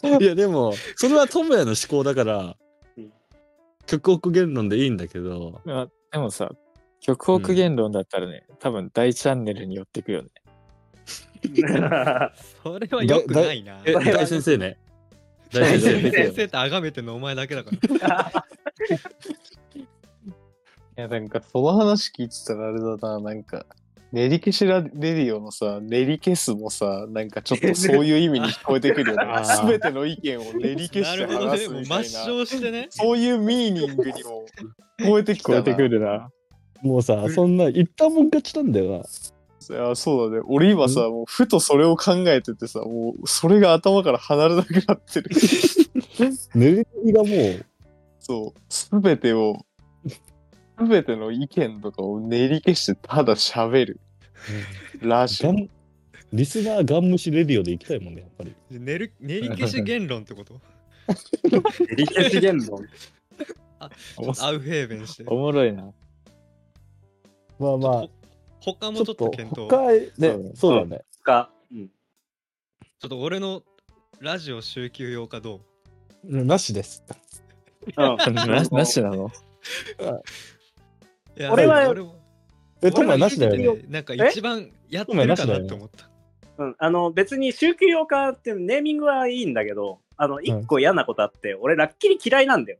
Speaker 3: ゃん。
Speaker 1: いや、でも、それは友也の思考だから
Speaker 3: うん、
Speaker 1: 極北言論でいいんだけど、
Speaker 4: まあ、でもさ、曲北言論だったらね、多分大チャンネルに寄ってくよね。
Speaker 2: それは良くないな
Speaker 1: え、
Speaker 3: だ
Speaker 1: 大先生ね。大
Speaker 3: だ
Speaker 1: 先生
Speaker 3: だ
Speaker 1: ね
Speaker 3: だ。
Speaker 2: 先生って崇めてんのお前だけだから
Speaker 5: いや、なんか、その話聞いてたらあれだな、なんか、練り消しラレディオのさ、練り消すもさ、なんかちょっとそういう意味に聞こえてく るよ
Speaker 1: あ
Speaker 5: ね。
Speaker 1: ー
Speaker 5: すべての意見を練り消
Speaker 2: な
Speaker 5: し
Speaker 2: る
Speaker 5: て
Speaker 2: ほど
Speaker 5: 話
Speaker 2: ね。
Speaker 5: す
Speaker 2: もう
Speaker 5: みた
Speaker 2: 抹
Speaker 5: いな。
Speaker 2: 消してね。
Speaker 5: そういうミーニングにも聞こえてき
Speaker 4: 聞こえ
Speaker 5: た
Speaker 4: てく
Speaker 5: な。
Speaker 4: るな。
Speaker 1: もうさ、そんな、言ったもん勝ちなんだよな。
Speaker 5: あそうだね。俺今さ、もうふとそれを考えててさ、もうそれが頭から離れなくな ってる。
Speaker 1: ぬれぎりがもう、
Speaker 5: そう。すべてを、すべての意見とかを練り消してただ喋る。ラジ
Speaker 1: ガ
Speaker 5: オ。
Speaker 1: ン、リスナーガン無視レディオで行きたいもんね、やっぱり。
Speaker 2: 練り練り消し言論って こと
Speaker 3: 理系言論。
Speaker 2: アウフェーベンして。
Speaker 4: おもろいな。
Speaker 1: まあまあ、
Speaker 2: 他
Speaker 1: ち
Speaker 2: もち
Speaker 1: ょ
Speaker 2: ょ
Speaker 1: っ
Speaker 2: っと
Speaker 1: と
Speaker 2: 検討。ちょ
Speaker 1: 他へ、ね、そうだね。
Speaker 3: か。うん。
Speaker 2: っと俺のラジオ週休用かどう
Speaker 1: なしです。
Speaker 3: うん
Speaker 4: ななしなの
Speaker 2: いや
Speaker 3: 俺は
Speaker 2: も
Speaker 1: え、トムはなしだ
Speaker 2: 俺は
Speaker 1: よ
Speaker 2: 聞い
Speaker 1: ね。
Speaker 2: ててなんか一番やってるかなって思った。
Speaker 3: うん、あの別に週休4日ってネーミングはいいんだけど、あの一個嫌なことあって、俺ラッキリ嫌いなんだよ。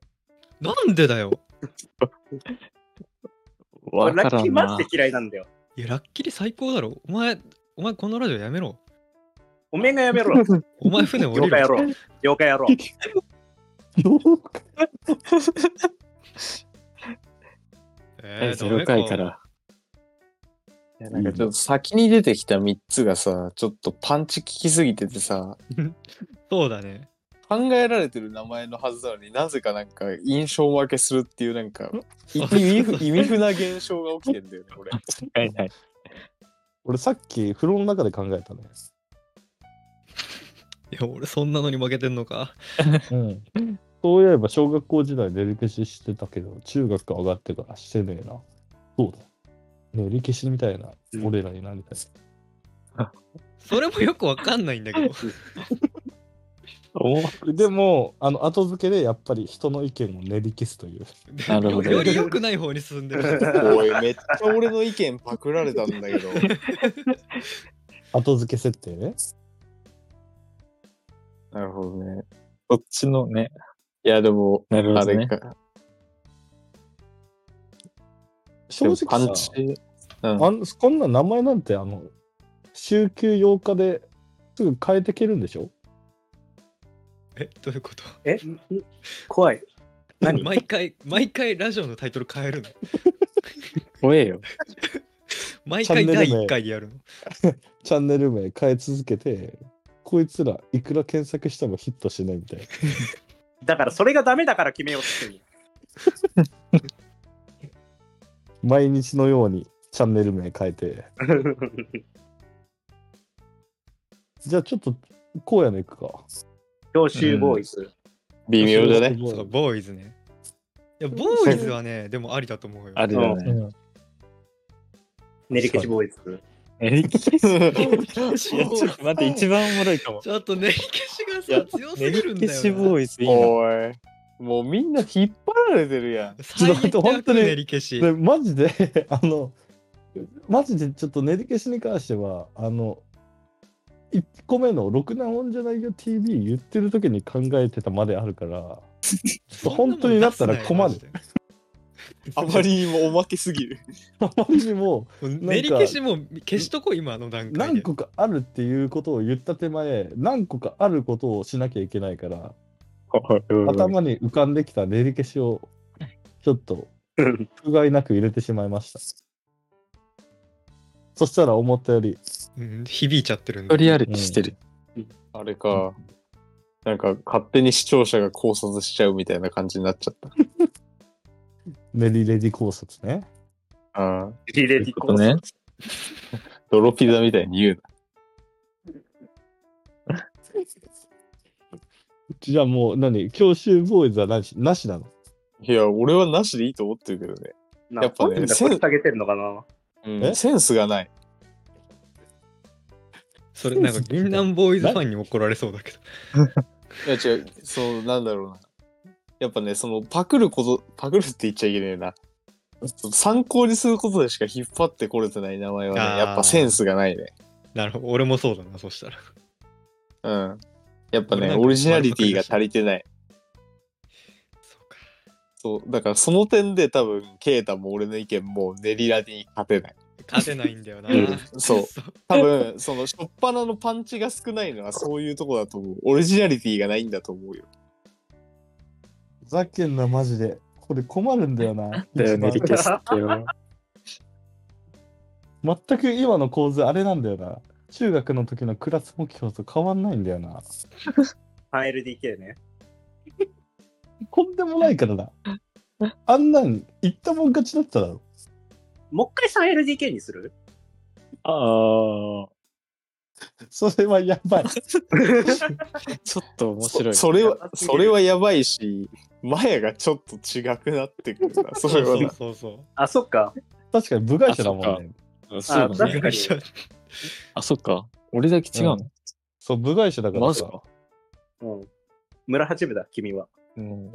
Speaker 2: なんでだよ。
Speaker 4: わ
Speaker 3: 俺
Speaker 4: か
Speaker 3: ラッ
Speaker 4: ら
Speaker 3: キリ
Speaker 4: ん
Speaker 3: マ
Speaker 4: な
Speaker 3: ジで。嫌いなんだよ。
Speaker 2: いや、ラッキリ最高だろ。お前、お前このラジオやめろ。
Speaker 3: おめえがや めろ。
Speaker 2: お前船降
Speaker 3: 8
Speaker 2: り
Speaker 3: 日や
Speaker 2: ろ。
Speaker 3: ろう。8日やろう。
Speaker 1: どうか
Speaker 2: え
Speaker 4: 第
Speaker 2: ーダメ
Speaker 4: 0回から。
Speaker 5: いや なんかちょっと先に出てきた3つがさ、ちょっとパンチ効きすぎててさ、
Speaker 2: そうだね。
Speaker 5: 考えられてる名前のはずなのになぜかなんか印象分けするっていうなんか、意味不意味不な現象が起きてんだよね、俺。
Speaker 4: はいはい。
Speaker 1: 俺さっき風呂の中で考えたね。
Speaker 2: いや、俺そんなのに負けてんのか。
Speaker 1: うん。そういえば小学校時代練り消ししてたけど、中学上がってからしてねえな。そうだ。練り消しみたいな、俺らになりたい。
Speaker 2: それもよくわかんないんだけど。
Speaker 1: でも、あの、後付けでやっぱり人の意見を練り消すという。
Speaker 4: なるほど
Speaker 2: より良くない方に進んでる。
Speaker 5: おい、めっちゃ俺の意見パクられたんだけど。
Speaker 1: 後付け設定ね。
Speaker 5: なるほどね。
Speaker 4: そっちのね。
Speaker 5: いや、でも、
Speaker 4: なる
Speaker 5: あ
Speaker 4: ほど
Speaker 5: れ
Speaker 4: ね。
Speaker 5: か。
Speaker 1: 正直
Speaker 5: で
Speaker 1: さ
Speaker 5: もパンチ。うん。
Speaker 1: あんこんな名前なんてあの週休8日ですぐ変えてけるんでしょ
Speaker 2: え、どういうこと
Speaker 3: えんん怖い。何
Speaker 2: 毎回、毎回ラジオのタイトル変えるの
Speaker 4: 怖えよ。
Speaker 2: 毎
Speaker 1: チャ
Speaker 2: 回
Speaker 1: ンネル
Speaker 2: 第
Speaker 1: 名
Speaker 2: 1回でやるの
Speaker 1: チャンネル名変え続けてこいつらいくら検索してもヒットしないみたいな
Speaker 3: だからそれがダメだから決めようっていう。
Speaker 1: 毎日のようにチャンネル名変えてじゃあちょっと荒野の行くか
Speaker 3: 教習ボーイズ。
Speaker 5: 微妙だね。
Speaker 2: そう、ボーイズね。いや、ボーイズはね、でもありだと思うよ。
Speaker 5: あれだね。
Speaker 3: 練り消しボーイズ。
Speaker 4: え、い や
Speaker 2: ちょ
Speaker 4: ちょっと待って、一番おもろいかも。
Speaker 2: ちょっと練り消しがさ、強すぎるんだよな。
Speaker 4: しボーイズいいな。
Speaker 5: おい。もうみんな引っ張られてるやん。
Speaker 2: 最
Speaker 1: ちょっと本当
Speaker 2: 悪
Speaker 1: に
Speaker 2: 練り消し。
Speaker 1: でマジで あのマジでちょっと練り消しに関してはあの1個目の「ろくなもんじゃないよ TV」言ってる時に考えてたまであるから本当になったら困る
Speaker 2: そんなもん
Speaker 5: あ
Speaker 2: 出
Speaker 5: まりにもおまけすぎる。
Speaker 1: あまりにも
Speaker 2: すなよ。マジで練り消しもう消しとこう、今の段階
Speaker 1: 何
Speaker 2: で。
Speaker 1: 個かあるっていうことを言った手前何個かあることをしなきゃいけないから頭に浮かんできた練り消しをちょっと不甲斐なく入れてしまいましたそしたら思ったより
Speaker 2: うん響いちゃってるん
Speaker 4: 一
Speaker 2: だ。
Speaker 4: 人歩きしてる。
Speaker 5: あれか。なんか勝手に視聴者が考察しちゃうみたいな感じになっちゃ った。
Speaker 1: 練りレディ考察ね
Speaker 5: ああ、
Speaker 3: リレディコース
Speaker 4: というこ
Speaker 5: 泥ピザみたいに言う
Speaker 1: じゃあもう何教習ボーイズはなしなしなの
Speaker 5: な。いや、俺はなしでいいと思ってるけどね。
Speaker 3: な
Speaker 5: やっぱね
Speaker 3: 本人がこれ下げてるのかな
Speaker 5: うん
Speaker 1: え
Speaker 5: センスがない。
Speaker 2: それ、なんか、銀杏ボーイズファンに怒られそうだけど。
Speaker 5: いや違う、そう、なんだろうな。やっぱね、その、パクること、パクるって言っちゃいけねえな。参考にすることでしか引っ張ってこれてない名前はね、
Speaker 2: あー
Speaker 5: やっぱセンスがないね。
Speaker 2: なるほど、俺もそうだな、そしたら。
Speaker 5: うん。やっぱ
Speaker 2: 俺なん
Speaker 5: ね、
Speaker 2: か
Speaker 5: オリジナリティが足りてない。
Speaker 2: そうか。
Speaker 5: そう、だからその点で多分、ケイタも俺の意見も練りラデに勝てない。
Speaker 2: 勝てないんだよな
Speaker 5: う。んそう
Speaker 2: そう。
Speaker 5: 多分、その、しょっぱなのパンチが少ないのはそういうとこだと思う。オリジナリティがないんだと思うよ。
Speaker 1: ふざけんなマジでこれ困るんだよな
Speaker 4: だよ
Speaker 1: 一番
Speaker 4: ね、リケスってよ。
Speaker 1: 全く今の構図あれなんだよな中学の時のクラス目標と変わんないんだよな
Speaker 3: ?3LDK ね。
Speaker 1: とんでもないからなあんなん言ったもん勝ちだっただろ
Speaker 3: もう一回 3LDK にする
Speaker 4: ああ。
Speaker 1: それはやばい
Speaker 4: ちょっと面白い。
Speaker 5: そそれ
Speaker 3: やば
Speaker 5: は、
Speaker 3: すぎる
Speaker 5: それはやばいし、マヤがちょっと違くなってくるな。それはな。
Speaker 2: そうそう
Speaker 3: あ、そっか。
Speaker 1: 確かに部外者だも
Speaker 4: あ
Speaker 1: んね
Speaker 4: そう
Speaker 3: あ
Speaker 4: だ
Speaker 2: そう。
Speaker 3: 確。
Speaker 4: ね
Speaker 3: かに
Speaker 4: あ、そっか。俺だけ違うの、
Speaker 1: そう部外者だから
Speaker 4: マジ
Speaker 1: さ
Speaker 4: か
Speaker 3: うん。村八部だ、君は。
Speaker 4: うん、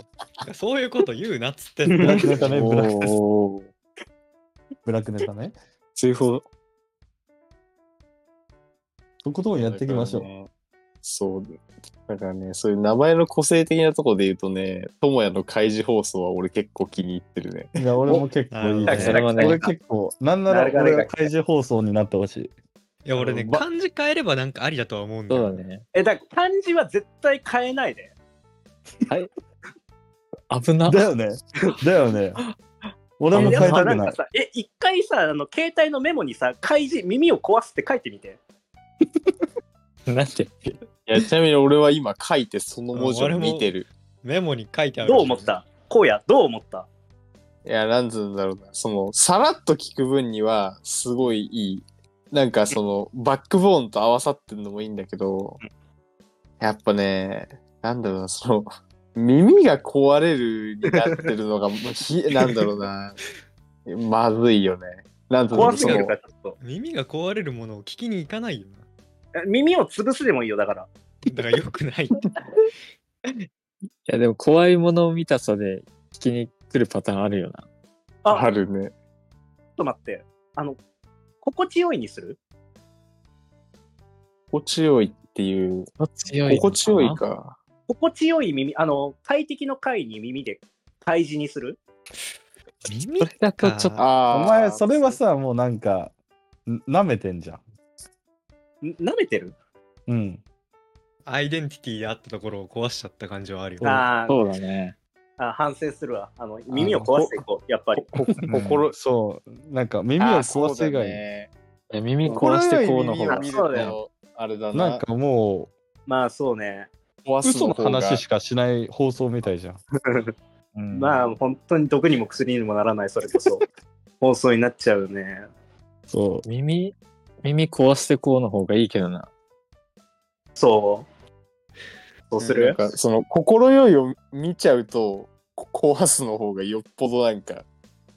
Speaker 2: そういうこと言うなっつってん
Speaker 1: ブ
Speaker 2: の
Speaker 1: ラックネタねブラック
Speaker 4: おー
Speaker 1: ブラックネタね
Speaker 4: 追放。
Speaker 1: とことんやっていきましょう、
Speaker 5: だからねそう。だからね、そういう名前の個性的なとこで言うとね、智也の開示放送は俺結構気に入ってるね。
Speaker 1: いや俺も結構いい
Speaker 2: おな
Speaker 1: ね
Speaker 2: るほどね
Speaker 4: それはね
Speaker 1: 俺結構なんなら
Speaker 3: なるほどね
Speaker 1: 俺が開示放送になってほしい
Speaker 2: いや俺ね
Speaker 5: うんま
Speaker 2: 漢字変えればなんかありだとは思うんだ
Speaker 4: そう
Speaker 2: よ
Speaker 4: だね。
Speaker 3: え、だから漢字は絶対変えないで。
Speaker 4: 危 な。
Speaker 1: だよねだよね俺も
Speaker 3: え
Speaker 1: 変
Speaker 3: や
Speaker 1: え
Speaker 3: っぱ
Speaker 1: た
Speaker 3: な
Speaker 1: く
Speaker 3: ん
Speaker 1: な
Speaker 3: か
Speaker 1: い
Speaker 3: さ、え、一回さ、あの、携帯のメモにさ、開示、耳を壊すって書いてみて。
Speaker 4: なんて。
Speaker 5: いや、ちなみに俺は今書いてその文字を見てる。
Speaker 2: メモに書いてある
Speaker 3: どう思ったこうや、どう思った
Speaker 5: いや、なんつうんだろうな。その、さらっと聞く分には、すごいいい。なんかその、バックボーンと合わさってんのもいいんだけど、やっぱね、なんだろうな、その、耳が壊れるになってるのが、ひなんだろうな、まずいよね。なんつうんだろ
Speaker 3: 怖
Speaker 5: う、
Speaker 3: す
Speaker 5: そ
Speaker 3: ぎ
Speaker 5: の
Speaker 3: るから、ちょっと。
Speaker 2: 耳が壊れるものを聞きに行かないよな
Speaker 3: え耳を潰すでもいいよ、だから。
Speaker 2: だからよくない
Speaker 4: いや、でも怖いものを見たさで聞きに来るパターンあるよな。
Speaker 3: あ、
Speaker 5: あ
Speaker 3: ちょっ
Speaker 5: るね。
Speaker 3: と待って。あの、心地よいにする
Speaker 5: 心地よいっっていう、
Speaker 4: 強
Speaker 5: 心地よい
Speaker 4: か。
Speaker 5: か。
Speaker 3: 心地よい耳、あの、快適の快に耳で、快事にする
Speaker 2: 耳
Speaker 4: それだと
Speaker 2: か
Speaker 4: ちょっと、
Speaker 5: あ
Speaker 1: お
Speaker 5: ー
Speaker 1: 前、それはさ、もうなんか、なめてんじゃん。
Speaker 3: ん舐めてる
Speaker 1: うん。
Speaker 2: アイデンティティであったところを壊しちゃった感じはあるよ。
Speaker 3: あー
Speaker 4: そうだね。
Speaker 3: あ、反省するわ。あの、耳を壊していこう、やっぱり。
Speaker 5: 心
Speaker 1: うんそう。なんか、耳を
Speaker 5: あー
Speaker 1: 壊せ以
Speaker 5: そうだ
Speaker 1: 外、
Speaker 5: ね
Speaker 4: え耳壊してこうの方
Speaker 5: 心よ
Speaker 4: が
Speaker 5: い耳を見。ると
Speaker 3: そうだよ
Speaker 5: あれだな。
Speaker 1: なんかも
Speaker 3: まあそうね。
Speaker 5: 壊
Speaker 1: う、
Speaker 5: す
Speaker 1: 嘘の
Speaker 5: 方が
Speaker 1: 話しかしない放送みたいじゃん。うん
Speaker 3: まあ本当に毒にも薬にもならない、それこそ。放送になっちゃうね。
Speaker 1: そ
Speaker 4: 耳、耳壊してこうの方がいいけどな。
Speaker 3: そう。そうす
Speaker 5: なん
Speaker 3: る
Speaker 5: かその心よいを見ちゃうとこ壊すの方がよっぽどなんか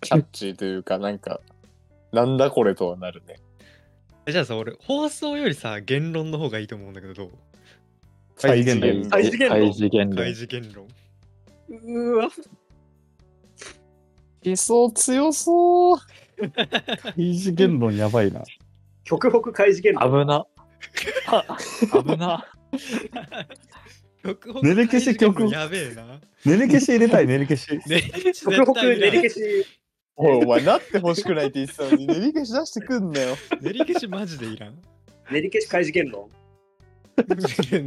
Speaker 5: キャッチーというかなんかなんだこれとはなるね。
Speaker 2: じゃあさ、俺、放送よりさ、言論の方がいいと思うんだけど、どう
Speaker 1: う。再現
Speaker 5: 再
Speaker 1: で
Speaker 5: 現。
Speaker 3: 再現論
Speaker 4: 対次元
Speaker 2: 開
Speaker 4: で。
Speaker 2: 示言論。
Speaker 3: うわ。
Speaker 5: 理想強そう。
Speaker 1: 二次元論やばいな。
Speaker 3: 極北開示原理。
Speaker 4: 危な。危な。
Speaker 2: 曲
Speaker 1: 寝る消し曲
Speaker 2: やべえ な。
Speaker 1: 練り消し入れたい、練り消し。
Speaker 2: ね、
Speaker 3: 極
Speaker 2: 絶
Speaker 3: 北
Speaker 2: 対い
Speaker 3: 練
Speaker 2: ら
Speaker 3: り
Speaker 2: ん
Speaker 3: 消し。
Speaker 5: おいお前なって欲しくないって言ってたのに練り消し出してくん なよ。
Speaker 2: 練り消しマジでいらん。
Speaker 3: 練り消し開示原論。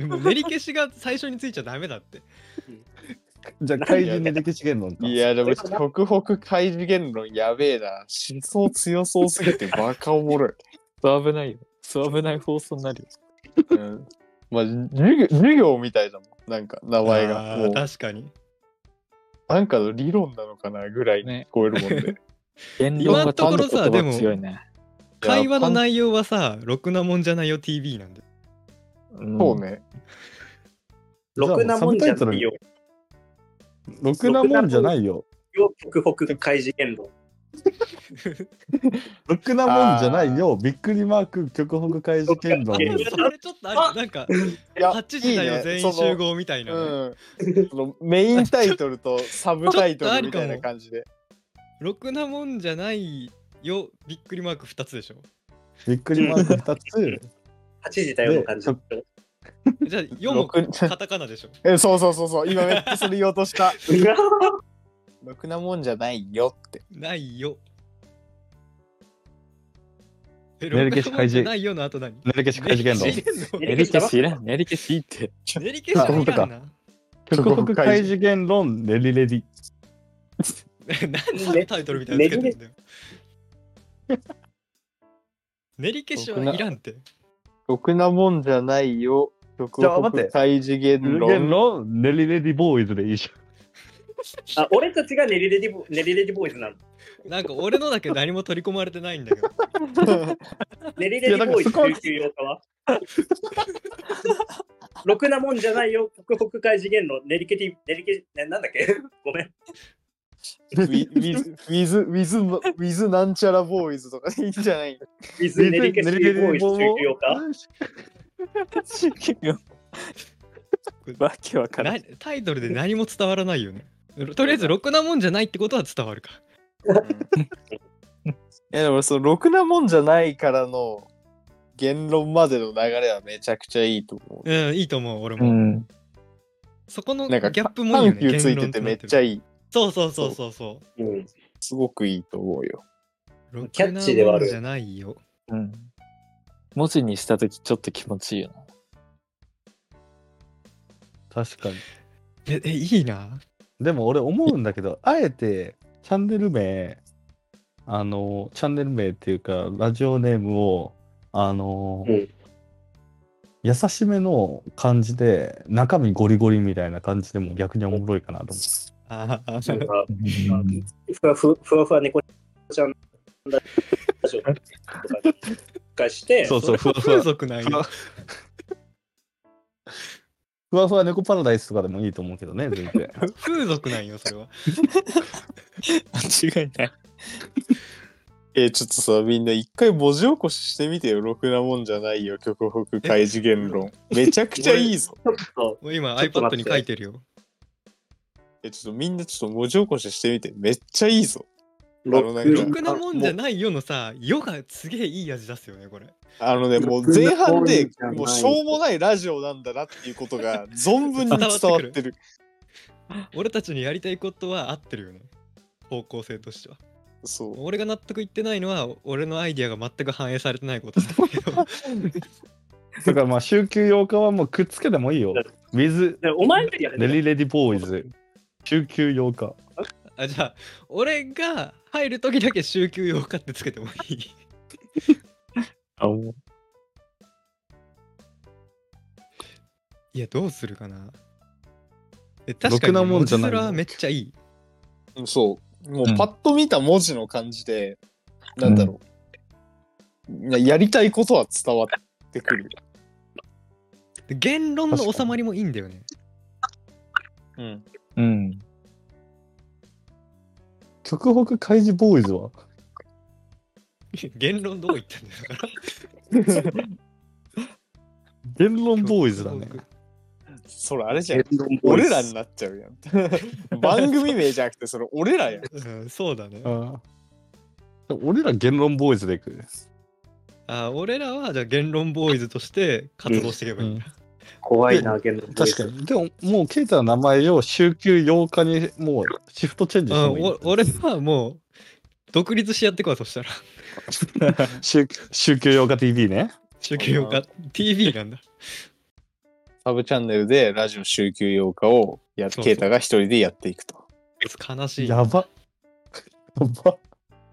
Speaker 2: もう練り消しが最初についちゃダメだって。
Speaker 1: じゃあ、怪獣練り消し言論か。
Speaker 5: いやでも極北開示言論やべえな。思想強そうすぎてバカおもろい。
Speaker 4: そう危ないよ。そう危ない放送になるよ。
Speaker 5: うん、まあ授業授業みたいだもん。なんか名前
Speaker 2: あ
Speaker 5: が。
Speaker 2: ー
Speaker 5: もう
Speaker 2: 確かに。
Speaker 5: なんかの理論なのかなぐらいに聞こえるもんで。
Speaker 4: 言論が
Speaker 2: 今のところさ
Speaker 4: 単独
Speaker 2: で
Speaker 4: 言葉
Speaker 2: も
Speaker 4: 強いね。
Speaker 2: 会話の内容はさ、ろくなもんじゃないよ TV なんで。
Speaker 5: そうね。
Speaker 1: じゃあ
Speaker 3: ろくなもんじゃないよ。
Speaker 1: ろくなもんじゃないよ。
Speaker 3: 極北開示原論。
Speaker 1: ろくなもんじゃないよ。びっくりマーク、極北怪獣言論
Speaker 2: あ。
Speaker 3: いや
Speaker 2: それちょっとあるなんか、
Speaker 5: いや
Speaker 2: 8時だ
Speaker 5: いい
Speaker 2: よ
Speaker 5: ね
Speaker 2: 全員集合みたいなね。
Speaker 5: うん、そのメインタイトルとサブタイトルみたいな感じで。
Speaker 2: ろくなもんじゃないよびっくりマーク2つでしょ。
Speaker 1: びっくりマーク2つ。
Speaker 3: 8時だよの感 じ。
Speaker 2: じゃあ4も
Speaker 5: ろく
Speaker 2: カタカナでしょ。
Speaker 5: えそうそうそうそう、今めっちゃそれ言おうとした。
Speaker 3: うわ
Speaker 5: ろくなもんじゃないよって。
Speaker 2: ないよ。え、
Speaker 1: 練
Speaker 2: ろ
Speaker 1: り
Speaker 2: く
Speaker 1: 消
Speaker 2: な
Speaker 1: し
Speaker 2: もん
Speaker 1: 開
Speaker 2: じゃ
Speaker 1: 示
Speaker 2: ないよの後何
Speaker 1: 練り消し怪獣言論。
Speaker 2: 論
Speaker 4: 練り消しいらん。練り消しいいって。
Speaker 2: 練り消しはいらんな。
Speaker 1: 極北怪獣言論、レリレリ。
Speaker 2: 何 そのタイトルみたいなのつけてんだよ。練り消しはいらんって。
Speaker 5: ろくなもんじゃないよ。極
Speaker 1: じゃあ待って
Speaker 5: 北開示言
Speaker 1: 言
Speaker 5: 論。
Speaker 1: 論、レリレリボーイズでいいじ
Speaker 3: あ、俺たちが練りレディボ練りレディボーイズなの。
Speaker 2: なんか俺のだけ何も取り込まれてないんだけど。
Speaker 3: 練りレディボーイズ19用化は ろくなもんじゃないよ、極北開示言論、練り消し、練り消し、ねなんだっけごめん。
Speaker 5: ウィウィズ、ウィズ、ウィズ、ウィズなんちゃらボーイズとかでいいんじゃない
Speaker 3: 水
Speaker 1: ゃん。
Speaker 3: 練り消しボーイズ19用化
Speaker 4: わけわからん。
Speaker 2: なタイトルで何も伝わらないよね。とりあえず、ろくなもんじゃないってことは伝わるか。
Speaker 5: いやでもそのろくなもんじゃないからの言論までの流れはめちゃくちゃいいと思
Speaker 2: うん、いいと思う、俺
Speaker 4: う
Speaker 2: も。
Speaker 4: ん。
Speaker 2: そこの
Speaker 5: う。
Speaker 2: ギ
Speaker 5: な
Speaker 2: ャ
Speaker 5: んか
Speaker 2: ップもいいよね。
Speaker 5: 緩急ついて
Speaker 2: 言
Speaker 5: て
Speaker 2: 論
Speaker 5: めっちゃ
Speaker 2: いい。
Speaker 5: いい。
Speaker 2: そうそうそうそうそ
Speaker 3: うん
Speaker 5: すごくいいと思うよ。
Speaker 2: う。ろく
Speaker 3: キャッチーで
Speaker 2: な
Speaker 3: はあ
Speaker 2: もん
Speaker 3: る
Speaker 2: じゃないよ。
Speaker 4: うん。文字にしたときちょっと気持ちいいよな。
Speaker 1: 確かに。
Speaker 2: え、えいいな。
Speaker 1: でも俺思うんだけど、あえてチャンネル名、あの、チャンネル名っていうか、ラジオネームを、あの、
Speaker 3: うん
Speaker 1: 優しめの感じで、中身ゴリゴリみたいな感じでも逆におもろいかなと思
Speaker 2: ああ、
Speaker 3: なんか
Speaker 1: う。
Speaker 3: ふわふふわふわ猫ちゃんだとかがして、
Speaker 1: そうそう、ふわふ
Speaker 2: 風
Speaker 1: わ。
Speaker 2: 俗ない
Speaker 1: ふ
Speaker 2: よ
Speaker 1: わ。ふわふわ猫パラダイスとかでもいいと思うけどね、全然。
Speaker 2: 風俗ないよ、それは。
Speaker 4: 間違いない。
Speaker 5: えーちょっとさ、みんな一回文字起こししてみてよ。ろくなもんじゃないよ。極北開示言論。 めちゃくちゃいいぞ。
Speaker 3: ちょっと
Speaker 2: もう今
Speaker 3: ちょっと
Speaker 2: iPad
Speaker 3: 待っ
Speaker 2: に
Speaker 3: て
Speaker 2: 書いてるよ。
Speaker 5: えーちょっとみんなちょっと文字起こししてみて。めっちゃいいぞ。あのなんか
Speaker 2: ろくなもんじゃないよのさ、よがすげえいい味出すよね、これ。
Speaker 5: あのね、もう
Speaker 3: ろくな
Speaker 5: 前半で
Speaker 3: もんじゃない
Speaker 5: もうしょうもないラジオなんだなっていうことが存分に伝わって る。
Speaker 2: 俺たちにやりたいことは合ってるよね。方向性としては。
Speaker 5: そう。
Speaker 2: 俺が納得いってないのは、俺のアイディアが全く反映されてないことだけ ど。
Speaker 1: だからまあ週休8日はもうくっつけてもいいよ。with
Speaker 3: でお前のや
Speaker 1: レデ
Speaker 3: る
Speaker 1: ィレディボーイズ週休8日。
Speaker 2: あじゃあ、俺が入るときだけ週休用かってつけてもい い。
Speaker 4: あ、もう
Speaker 2: いや、どうするかな。え、
Speaker 1: ろ
Speaker 2: 確
Speaker 1: く
Speaker 2: かに、
Speaker 1: なもんじゃない
Speaker 2: モズラはめっちゃいい。
Speaker 5: うんそう。もううんパッと見た文字の感じで、なんだろう、なやりたいことは伝わってくる。
Speaker 2: で言論の収まりもいいんだよね。
Speaker 5: うん。
Speaker 4: うん。
Speaker 1: 極北開示ボーイズは
Speaker 2: 言論どう言ったんだよだから。
Speaker 1: 言論ボーイズだね。
Speaker 5: それあれじゃん。俺らになっちゃうやん。 番組名じゃなくて、それ俺らやん。
Speaker 2: うん、そうだね。
Speaker 1: ああ俺ら言論ボーイズでいく。
Speaker 2: あ俺らはじゃあ言論ボーイズとして活動していけばいいんだ。
Speaker 3: 怖いな、けど。
Speaker 1: 確か。に。でも、もう、ケイタの名前を週休8日に、もう、シフトチェンジしてもいい
Speaker 2: うんお俺はもう独立してやってこいそしたら。
Speaker 1: 週週休8日 TV ね。
Speaker 2: 中継用か TV なんだ。
Speaker 5: サブチャンネルでラジオ週休8日をやっ
Speaker 2: そうそう
Speaker 5: ケイタが一人でやっていくと。
Speaker 2: 悲しい。
Speaker 1: やば。やば。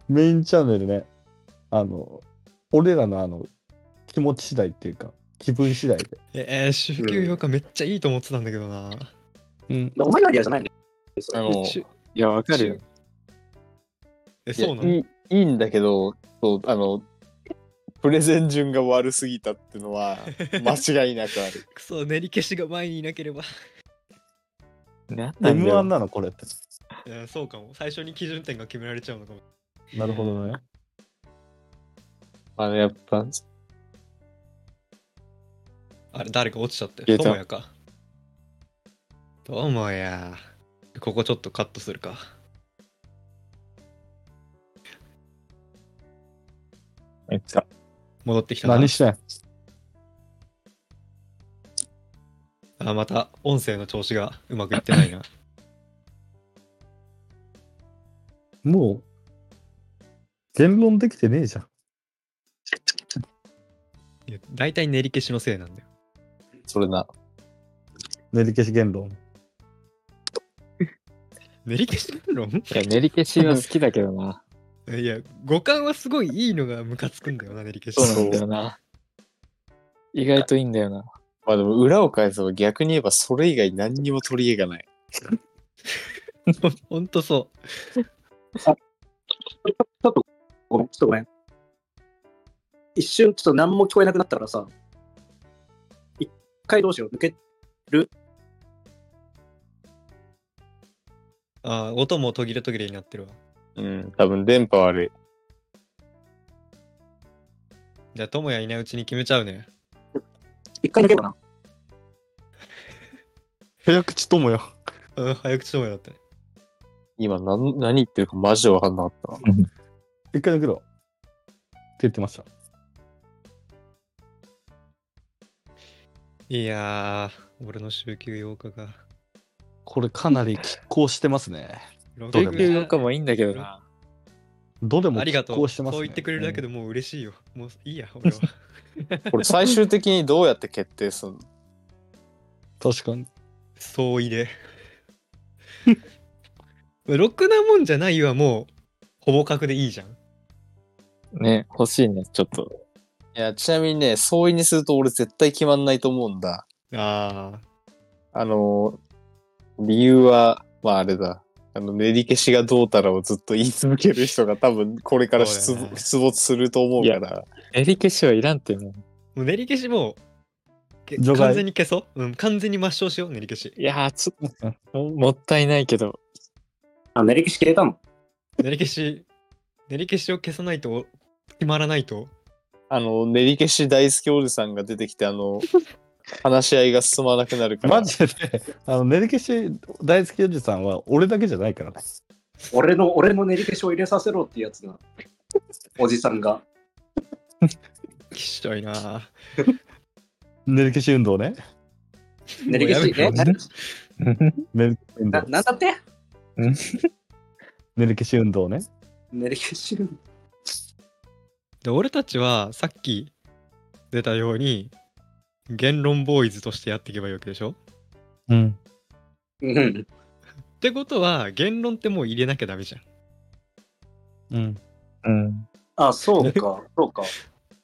Speaker 1: メインチャンネルね。あの、俺らのあの、気持ち次第っていうか、気分次第で。
Speaker 2: えー、週休用かめっちゃいいと思ってたんだけどな。
Speaker 1: うん。
Speaker 3: お前のアイデアじゃないの
Speaker 5: あの
Speaker 2: 週
Speaker 4: いや、わかるよ。
Speaker 5: い
Speaker 2: え、
Speaker 5: や
Speaker 2: そうなの
Speaker 5: いいいいんだけどそうあのプレゼン順が悪すぎたっての は間違いなくある
Speaker 2: くそ、練り消しが前にいなければ。
Speaker 4: なんなんだ
Speaker 1: M1
Speaker 4: よ。
Speaker 1: なの、これって。
Speaker 2: いやそうかも。最初に基準点が決められちゃうのかも。
Speaker 1: なるほどね。
Speaker 5: あのやっぱ
Speaker 2: あれ、誰か落ちちゃって。
Speaker 4: 消え
Speaker 2: と
Speaker 4: た
Speaker 2: もやか。ともや。ここちょっとカットするか。
Speaker 4: めっちゃ。
Speaker 2: 戻ってきたな
Speaker 1: 何してん
Speaker 2: あ、また音声の調子がうまくいってないな。
Speaker 1: もう、言論できてねえじ ゃん。
Speaker 2: いや大体練り消しのせいなんだよ。
Speaker 5: それな
Speaker 1: 練り消し言論。
Speaker 2: 練り消し理論
Speaker 4: いや、練り消しは好きだけどな。
Speaker 2: いや、五感はすごいいいのがムカつくんだよな、練り消し。
Speaker 4: そうなんだよな。意外といいんだよな。
Speaker 5: まあでも裏を返せば逆に言えばそれ以外何にも取り柄がない
Speaker 2: ほんとそう。
Speaker 3: ごめん、ちょっとごめん。一瞬、ちょっと何も聞こえなくなったからさ、一回どうしよう、抜け、
Speaker 2: あ音も途切れ途切れになってるわ。
Speaker 5: うん多分電波悪い
Speaker 2: じゃあ、ともやいないうちに決めちゃうね。
Speaker 3: 一回抜けようかな。
Speaker 1: 早口ともよ。
Speaker 2: うん、早口ともやだったね。
Speaker 5: 今何何言ってるかマジで分かんなかったな
Speaker 1: 一回抜けろ。って言ってました。
Speaker 2: いやー、俺の週休8日が。
Speaker 1: これかなり拮抗してますね。
Speaker 4: 週
Speaker 1: どうで
Speaker 4: 休4日もいいんだけどな。
Speaker 1: どれも
Speaker 2: ありがと
Speaker 1: 拮
Speaker 2: う。
Speaker 1: 抗して
Speaker 2: そ
Speaker 1: ますね。
Speaker 2: う言ってくれるだけでもう嬉しいよ。もういいや、俺は。
Speaker 5: これ最終的にどうやって決定すんの
Speaker 1: うん確か に。
Speaker 2: 相違で。 ろくなもんじゃないはもう、ほぼ角でいいじゃん。
Speaker 4: ね、欲しいね、ちょっと。
Speaker 5: いやちなみにね相違にすると俺絶対決まんないと思うんだ
Speaker 2: ああ、
Speaker 5: あの理由はまああれだあの練り消しがどうたらをずっと言い続ける人が多分これから
Speaker 2: そ
Speaker 5: 出
Speaker 2: うだよね
Speaker 5: 出没すると思うか
Speaker 4: い
Speaker 5: ら
Speaker 4: 練り消しはいらんっても
Speaker 2: もう練り消しもうけ
Speaker 1: 除外
Speaker 2: 完全に消そう、うん、完全に抹消しよう練り消し
Speaker 4: う。いやー、ちょっと、もったいないけ ど。
Speaker 3: あ、練り消し消えたの。
Speaker 2: 練り消し練り消しを消さないと決まらないと
Speaker 5: あの練り消し大好きおじさんが出てきてあ の話し合いが進まなくなるから
Speaker 1: マジで、あの、練り消し大好きおじさんは俺だけじゃないからね。
Speaker 3: 俺の、俺の練り化粧入れさせろってやつが、おじさんが。
Speaker 2: きっしょいな
Speaker 1: 練り消し運動ね。
Speaker 3: 練り化粧、え
Speaker 2: もうや
Speaker 3: な
Speaker 1: 練
Speaker 2: め
Speaker 1: り消し運動
Speaker 3: な。なんだって
Speaker 1: 練り消し運動ね。
Speaker 3: 練り化粧。
Speaker 2: で俺たちはさっき出たように言論ボーイズとしてやっていけばいいわけでしょ
Speaker 1: うん。
Speaker 3: うん。
Speaker 2: ってことは言論ってもう入れなきゃダメじゃん
Speaker 1: うん。
Speaker 4: うん。
Speaker 3: あ、そう か、そうか。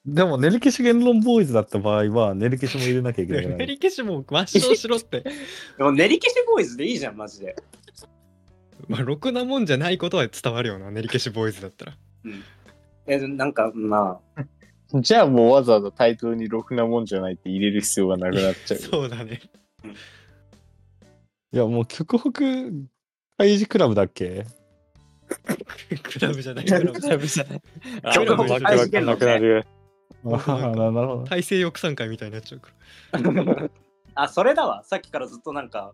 Speaker 1: でも、練り消し言論ボーイズだった場合は、練り消しも入れなきゃいけなくな
Speaker 2: 練
Speaker 1: い。
Speaker 2: り消しも抹消しろって
Speaker 3: でも練り消しボーイズでいいじゃん、マジで。
Speaker 2: まあろくなもんじゃないことは伝わるよな練り消しボーイズだったら
Speaker 3: え、なんか、まあ、
Speaker 5: じゃあもうわざわざタイトルにろくなもんじゃないって入れる必要がなくなっちゃう。
Speaker 2: そうだね
Speaker 1: いや、もう、極北開示クラブだっ け
Speaker 2: クラブじゃないクラブじゃない
Speaker 4: あ
Speaker 2: 極
Speaker 4: も
Speaker 2: 力
Speaker 4: うわけわかんなくなる。
Speaker 1: あーななるほど。
Speaker 2: 体制翼賛会みたいになっちゃうから
Speaker 3: あ、それだわ。さっきからずっとなんか、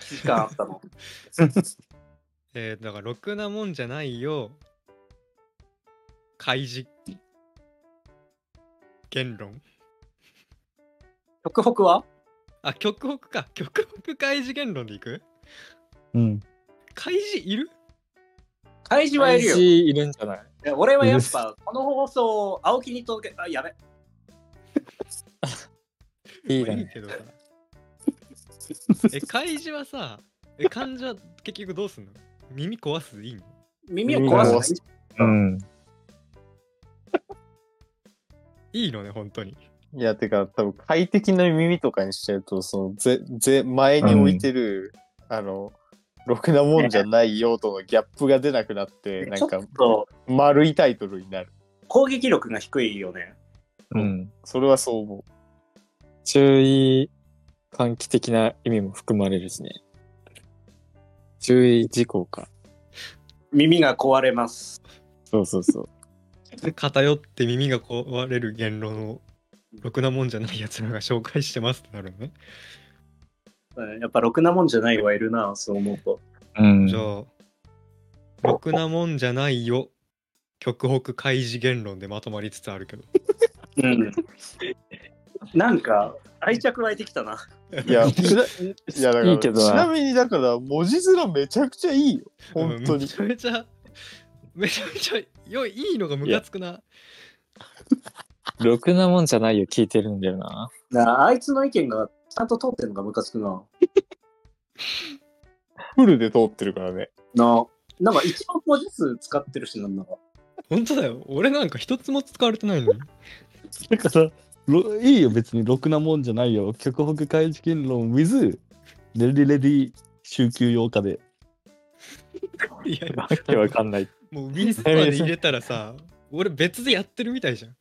Speaker 3: 危機感あった の。
Speaker 2: えー、だからろくなもんじゃないよ開示言論
Speaker 3: 極北は
Speaker 2: あ極北か極北開示言論でいく
Speaker 1: うん。
Speaker 2: 開示いる
Speaker 3: 開示はいるよ。
Speaker 4: いるんじゃない
Speaker 3: え俺はやっぱ、この放送を青木に届け、あ、やべ。
Speaker 4: いい
Speaker 2: まあいい
Speaker 4: ね。
Speaker 2: けどさえ開示はさえ患者結局どうすんの耳壊すでいいの
Speaker 3: 耳を壊すの
Speaker 5: 耳を壊す
Speaker 4: うん。
Speaker 2: いいのね本当に
Speaker 5: いや、てか、多分快適な耳とかにしちゃうと、その、ぜ、ぜ、前に置いてる、あの、ろくなもんじゃないよとのギャップが出なくなって、
Speaker 3: ち
Speaker 5: な
Speaker 3: ょ
Speaker 5: んか
Speaker 3: っ、と
Speaker 5: 丸いタイトルになる。
Speaker 3: 攻撃力が低いよね。
Speaker 4: うん。
Speaker 5: それはそう思
Speaker 4: 注意喚起的な意味も含まれるしね。注意事項か。
Speaker 3: 耳が壊れます。
Speaker 4: そうそうそう。
Speaker 2: 偏って耳が壊れる言論をろくなもんじゃないやつらが紹介してますってなるのね、
Speaker 3: うんやっぱろくなもんじゃないはいるな、そう思うと。
Speaker 4: うん
Speaker 2: じゃあろくなもんじゃないよ極北開示言論でまとまりつつあるけど
Speaker 3: うん。なんか、愛着湧いてきたな。
Speaker 5: う。いや、ちないやだから
Speaker 4: いいけどな
Speaker 5: ちなみに、だから、文字面めちゃくちゃいいよ。本当
Speaker 2: うんめ
Speaker 5: に。
Speaker 2: ちゃめちゃめちゃめちゃよいいいのがムカつくな
Speaker 4: ろくなもんじゃないよ、聞いてるんだよな。
Speaker 3: なああいつの意見がちゃんと通ってるのがムカつくな。
Speaker 5: フルで通ってるからね。
Speaker 3: ななんか一番文字数使ってるしなんだか。
Speaker 2: 本当だよ俺なんか一つも使われてないのに
Speaker 1: だから、ろいいよ、別に、ろくなもんじゃないよ。極北開示言論 with、レディレディ、週休8日で。
Speaker 2: いや
Speaker 4: わけわかん ない。
Speaker 2: もうウィンスパーで入れたらさ、俺別でやってるみたいじ ゃん。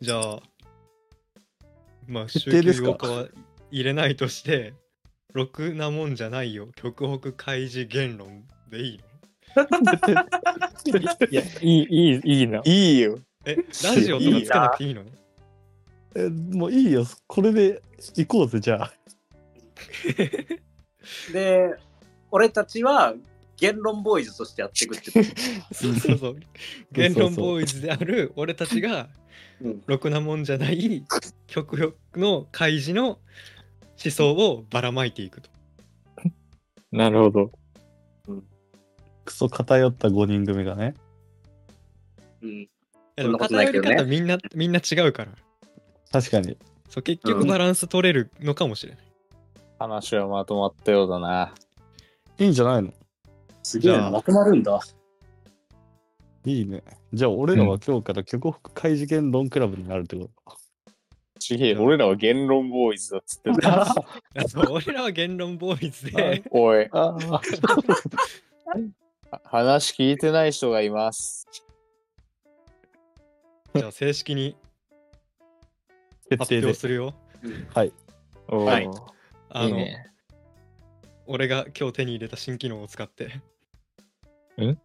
Speaker 2: じゃあ、まあ、週
Speaker 1: 定
Speaker 2: 休
Speaker 1: ですか
Speaker 2: 8日は入れないとして、ろくなもんじゃないよ、極北開示言論でいいの
Speaker 4: いや、いい、いい、いいな。
Speaker 5: いいよ。
Speaker 2: え、ラジオとかつけなくていいのね
Speaker 1: え、もういいよ、これで行こうぜ、じゃあ。
Speaker 3: で、俺たちは言論ボーイズとしてやっていくってこと。
Speaker 2: そうそうそう。言論ボーイズである俺たちが
Speaker 3: うん、
Speaker 2: ろくなもんじゃない極北の開示の思想をばらまいていくと。
Speaker 4: なるほど。
Speaker 1: クソ偏った5人組がね。
Speaker 3: うん。
Speaker 2: いや
Speaker 3: そ
Speaker 2: でも
Speaker 3: んなことない
Speaker 2: 偏
Speaker 3: け
Speaker 2: り
Speaker 3: どね
Speaker 2: 方みんな、 みんな違うから。
Speaker 1: 確かに。
Speaker 2: そう結局
Speaker 3: うん
Speaker 2: バランス取れるのかもしれない。
Speaker 5: 話はまとまったようだな。
Speaker 1: いいんじゃないの
Speaker 3: す
Speaker 2: げえな
Speaker 3: くなるんだ。
Speaker 1: いいね。じゃあ、俺らは今日から極北開示言論クラブになる ってことか。
Speaker 5: ちげえ、俺らは言論ボーイズだっつって んだ
Speaker 2: そう 俺らは言論ボーイズで、
Speaker 5: おい、
Speaker 1: ああ。
Speaker 5: 話聞いてない人がいます。
Speaker 2: じゃあ正 式に
Speaker 1: 決
Speaker 2: 発
Speaker 1: 定
Speaker 2: 表
Speaker 1: です
Speaker 2: るよ。
Speaker 1: はい。
Speaker 4: おー
Speaker 5: はい
Speaker 2: あの
Speaker 4: いいね。
Speaker 2: 俺が今日手に入れた新機能を使って。
Speaker 4: ん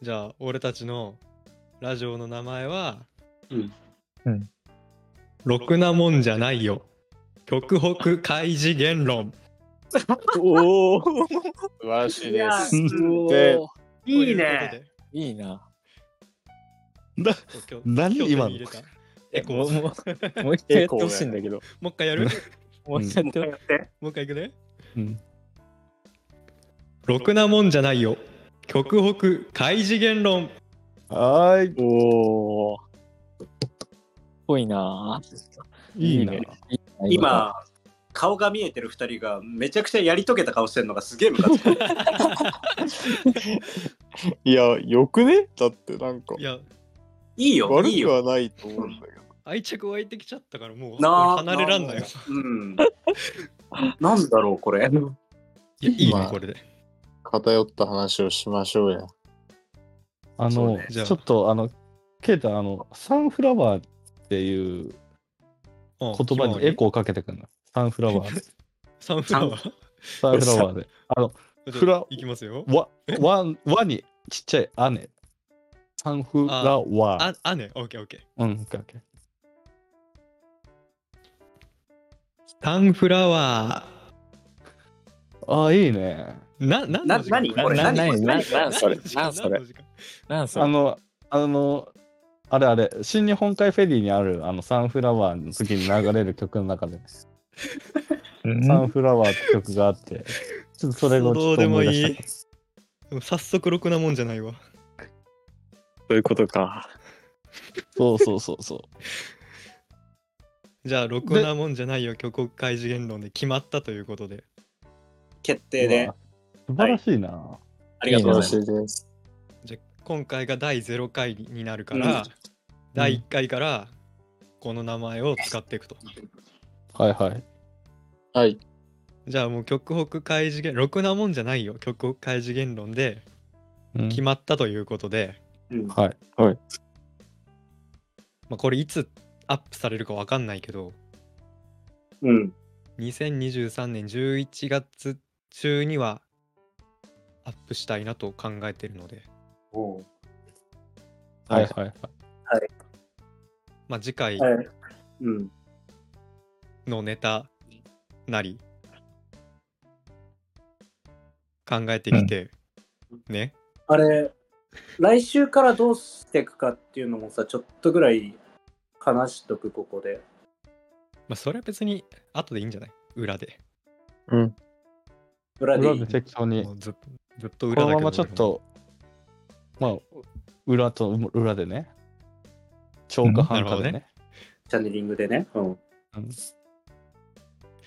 Speaker 2: じゃあ俺たちのラジオの名前は、
Speaker 3: うん
Speaker 4: うん
Speaker 2: ろくなもんじゃないよ。極北開示言論。
Speaker 4: おお
Speaker 5: 素晴らしいです。
Speaker 4: で
Speaker 5: で
Speaker 3: いい
Speaker 2: と
Speaker 3: ね。
Speaker 2: うこ
Speaker 4: いいな。
Speaker 2: とで。そう
Speaker 1: 何
Speaker 2: 今日
Speaker 1: 今
Speaker 2: 今日手に入れ
Speaker 1: の
Speaker 2: たエコー
Speaker 4: もうもうもう一回やってほしいんだけど。
Speaker 2: もう一回やる
Speaker 4: もう一回
Speaker 3: もう一回
Speaker 4: やって
Speaker 3: やって。
Speaker 2: もう一回いくね。
Speaker 1: うん
Speaker 2: ろくなもんじゃないよ。極北開示言論。
Speaker 1: はー
Speaker 4: おお。ぽいな。
Speaker 1: いいいな
Speaker 4: ね。
Speaker 3: 今、顔が見えてる二人がめちゃくちゃやり遂げた顔してるのがすげえムカつく。
Speaker 5: いや、よくねだってなんか
Speaker 2: い、や、
Speaker 3: いいよ、
Speaker 5: 悪
Speaker 3: いい
Speaker 5: く
Speaker 3: よ。
Speaker 5: はないと思うんだけど。
Speaker 2: 愛着湧いてきちゃったからもう
Speaker 3: な
Speaker 2: 離れらんないよ。
Speaker 3: うん。なんだろう、これ。
Speaker 2: いや、いい
Speaker 5: ま
Speaker 2: ね、
Speaker 5: あ
Speaker 2: これで。
Speaker 5: 偏った話をしましょうや。
Speaker 1: あ
Speaker 3: そう
Speaker 1: の、
Speaker 3: ね
Speaker 2: じゃあ
Speaker 1: ちょっとあのケイタあのサンフラワーっていう
Speaker 2: 言
Speaker 1: 言葉にエコーかけてくんなサンフラワーで
Speaker 2: サンフラワー。
Speaker 1: サンフラワーであのフラ
Speaker 2: いきますよ。
Speaker 1: わわわにちっちゃいあねサンフラワー
Speaker 2: あ、あね、オッケーオッケ
Speaker 1: う
Speaker 2: ー。
Speaker 1: んオッケーオッケー
Speaker 2: サンフラワ
Speaker 1: ああいいね
Speaker 2: ー。な、なん
Speaker 3: な
Speaker 2: の時間
Speaker 3: 何
Speaker 2: これ
Speaker 3: これ
Speaker 4: な、な、な、
Speaker 3: 何
Speaker 4: な、
Speaker 3: 何
Speaker 4: な、それ
Speaker 2: 何の。時間
Speaker 4: な、そ
Speaker 2: 何
Speaker 4: れ
Speaker 2: の。時間
Speaker 4: なんそ
Speaker 1: あ
Speaker 4: れ。
Speaker 1: のあのあれあれ新日本海フェリーにあるあのサンフラワーの時に流れる曲の中でサンフラワーって曲があってちょっとそれをちょっと思い出した
Speaker 2: でも早速ろくなもんじゃないわ。
Speaker 4: そういうことか。
Speaker 1: そうそうそうそう
Speaker 2: じゃあ、ろくなもんじゃないよ、挙国開示言論で決まったということで。
Speaker 3: 決定
Speaker 1: う
Speaker 3: で
Speaker 1: わ。素晴らしいな、
Speaker 3: ありがとうございます。
Speaker 5: いです。
Speaker 2: じゃあ、今回が第0回になるから、
Speaker 3: うん
Speaker 2: 第1回からこの名前を使っていくと。
Speaker 1: はいはい。
Speaker 5: はい。
Speaker 2: じゃあ、もう極北開示言、ろくなもんじゃないよ、極北開示言論で
Speaker 1: うん
Speaker 2: 決まったということで、
Speaker 3: うん
Speaker 1: はい。
Speaker 2: まあ、これいつアップされるかわかんないけど、
Speaker 3: うん。
Speaker 2: 2023年11月中にはアップしたいなと考えているので、
Speaker 3: おう
Speaker 1: はいはいはい。
Speaker 2: まあ、次回
Speaker 3: はい。うん。
Speaker 2: のネタなり考えてきて、ね
Speaker 3: あれ、来週からどうしていくかっていうのもさ、ちょっとぐらい話しとく、ここで。
Speaker 2: まあそれは別に後でいいんじゃない裏で
Speaker 5: うん。
Speaker 3: 裏でい
Speaker 1: 裏
Speaker 3: い
Speaker 1: で適当に。
Speaker 2: も
Speaker 1: こ
Speaker 2: うずずっと裏
Speaker 1: の
Speaker 2: だけど
Speaker 1: ままちょっと、まあ、裏と裏でね。超過半過でね。
Speaker 3: チャネリングでね。うん。
Speaker 1: うん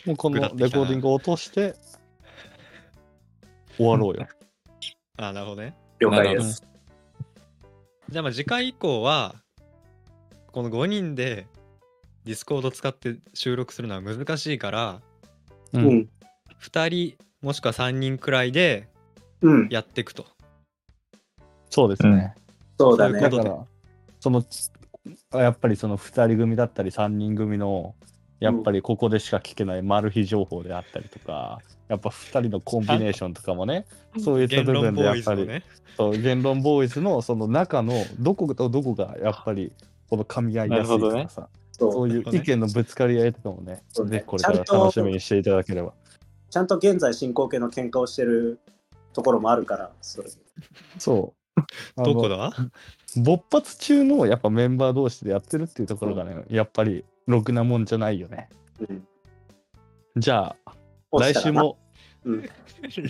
Speaker 1: もうこのレコーディングを落として、終わろうよ。
Speaker 2: あなるほどね
Speaker 3: 了解です。
Speaker 2: じゃあまあ次回以降はこの5人でディスコード使って収録するのは難しいから
Speaker 1: う
Speaker 3: う。ん。
Speaker 2: 2人もしくは3人くらいで
Speaker 3: うん。
Speaker 2: やっていくと
Speaker 1: そうですね。
Speaker 3: そうだ
Speaker 2: うん
Speaker 1: だ
Speaker 3: ね。
Speaker 1: から、その、やっぱりその2人組だったり3人組の、やっぱりここでしか聞けないマル秘情報であったりとか、やっぱ2人のコンビネーションとかもね、そういった
Speaker 2: 言
Speaker 1: 部
Speaker 2: 論
Speaker 1: 分
Speaker 2: ボ
Speaker 1: でや
Speaker 2: ー
Speaker 1: っ
Speaker 2: イズ
Speaker 1: ぱ
Speaker 2: の
Speaker 1: り、
Speaker 2: ね
Speaker 1: そう言論ボーイズのその中のどことどこがやっぱりこの噛み合いやすいとかさ、
Speaker 3: そ
Speaker 1: そうういう意見のぶつかり合いとかもね
Speaker 3: そうね
Speaker 1: ぜひこれから楽しみにしていただければ
Speaker 3: ちゃんと現在進行形の喧嘩をしてるところもあるから、それ
Speaker 1: そう
Speaker 2: どこ
Speaker 1: だ
Speaker 2: だ
Speaker 1: 勃発中のやっぱメンバー同士でやってるっていうところがねやっぱりろくなもんじゃないよね
Speaker 3: うん
Speaker 1: じゃあ
Speaker 3: 落
Speaker 1: 来
Speaker 3: ちた
Speaker 1: 週
Speaker 3: らな
Speaker 1: も、
Speaker 3: うん、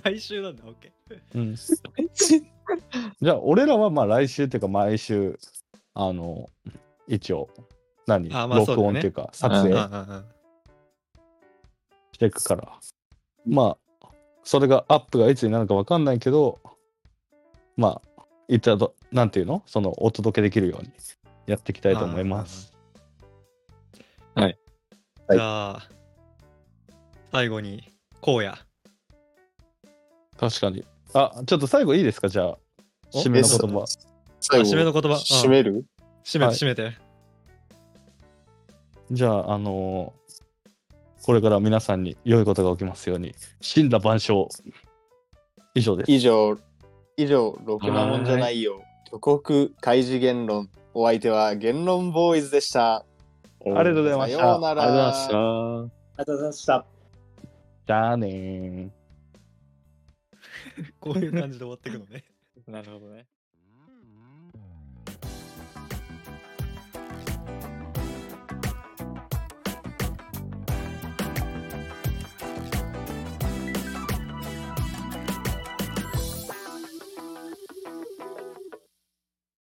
Speaker 2: 来週なんだ、オッケー。
Speaker 1: うん、じゃあ俺らはまあ来週っていうか毎週あの一応何、
Speaker 2: あまあそうだ
Speaker 1: 録音
Speaker 2: ね
Speaker 1: っていうか撮
Speaker 5: うん
Speaker 1: 影
Speaker 5: うん
Speaker 2: あ
Speaker 1: していくから。まあ、それがアップがいつになるかわかんないけど、まあ、いただ、なんていうのその、お届けできるようにやっていきたいと思います。
Speaker 2: じゃあ、最後に、こうや。
Speaker 1: 確かに。あ、ちょっと最後いいですかじゃあ、
Speaker 2: お
Speaker 1: 締めの言
Speaker 5: え
Speaker 1: 葉。
Speaker 5: 最後、
Speaker 2: あ締めの言葉うん
Speaker 5: 締める
Speaker 2: 締めて、
Speaker 1: はい
Speaker 2: 締めて。
Speaker 1: じゃあ、あのーこれから皆さんに良いことが起きますように、真羅万象。以上です。
Speaker 5: 以上、以上、ろくなもんじゃないよ。巨国開示言論。お相手は言論ボーイズでした。
Speaker 1: ありがとうございました
Speaker 5: さようなら。
Speaker 4: ありがとうございました。
Speaker 3: ありがとうございました。
Speaker 1: じゃあねー。
Speaker 2: こういう感じで終わっていくのね。
Speaker 4: なるほどね。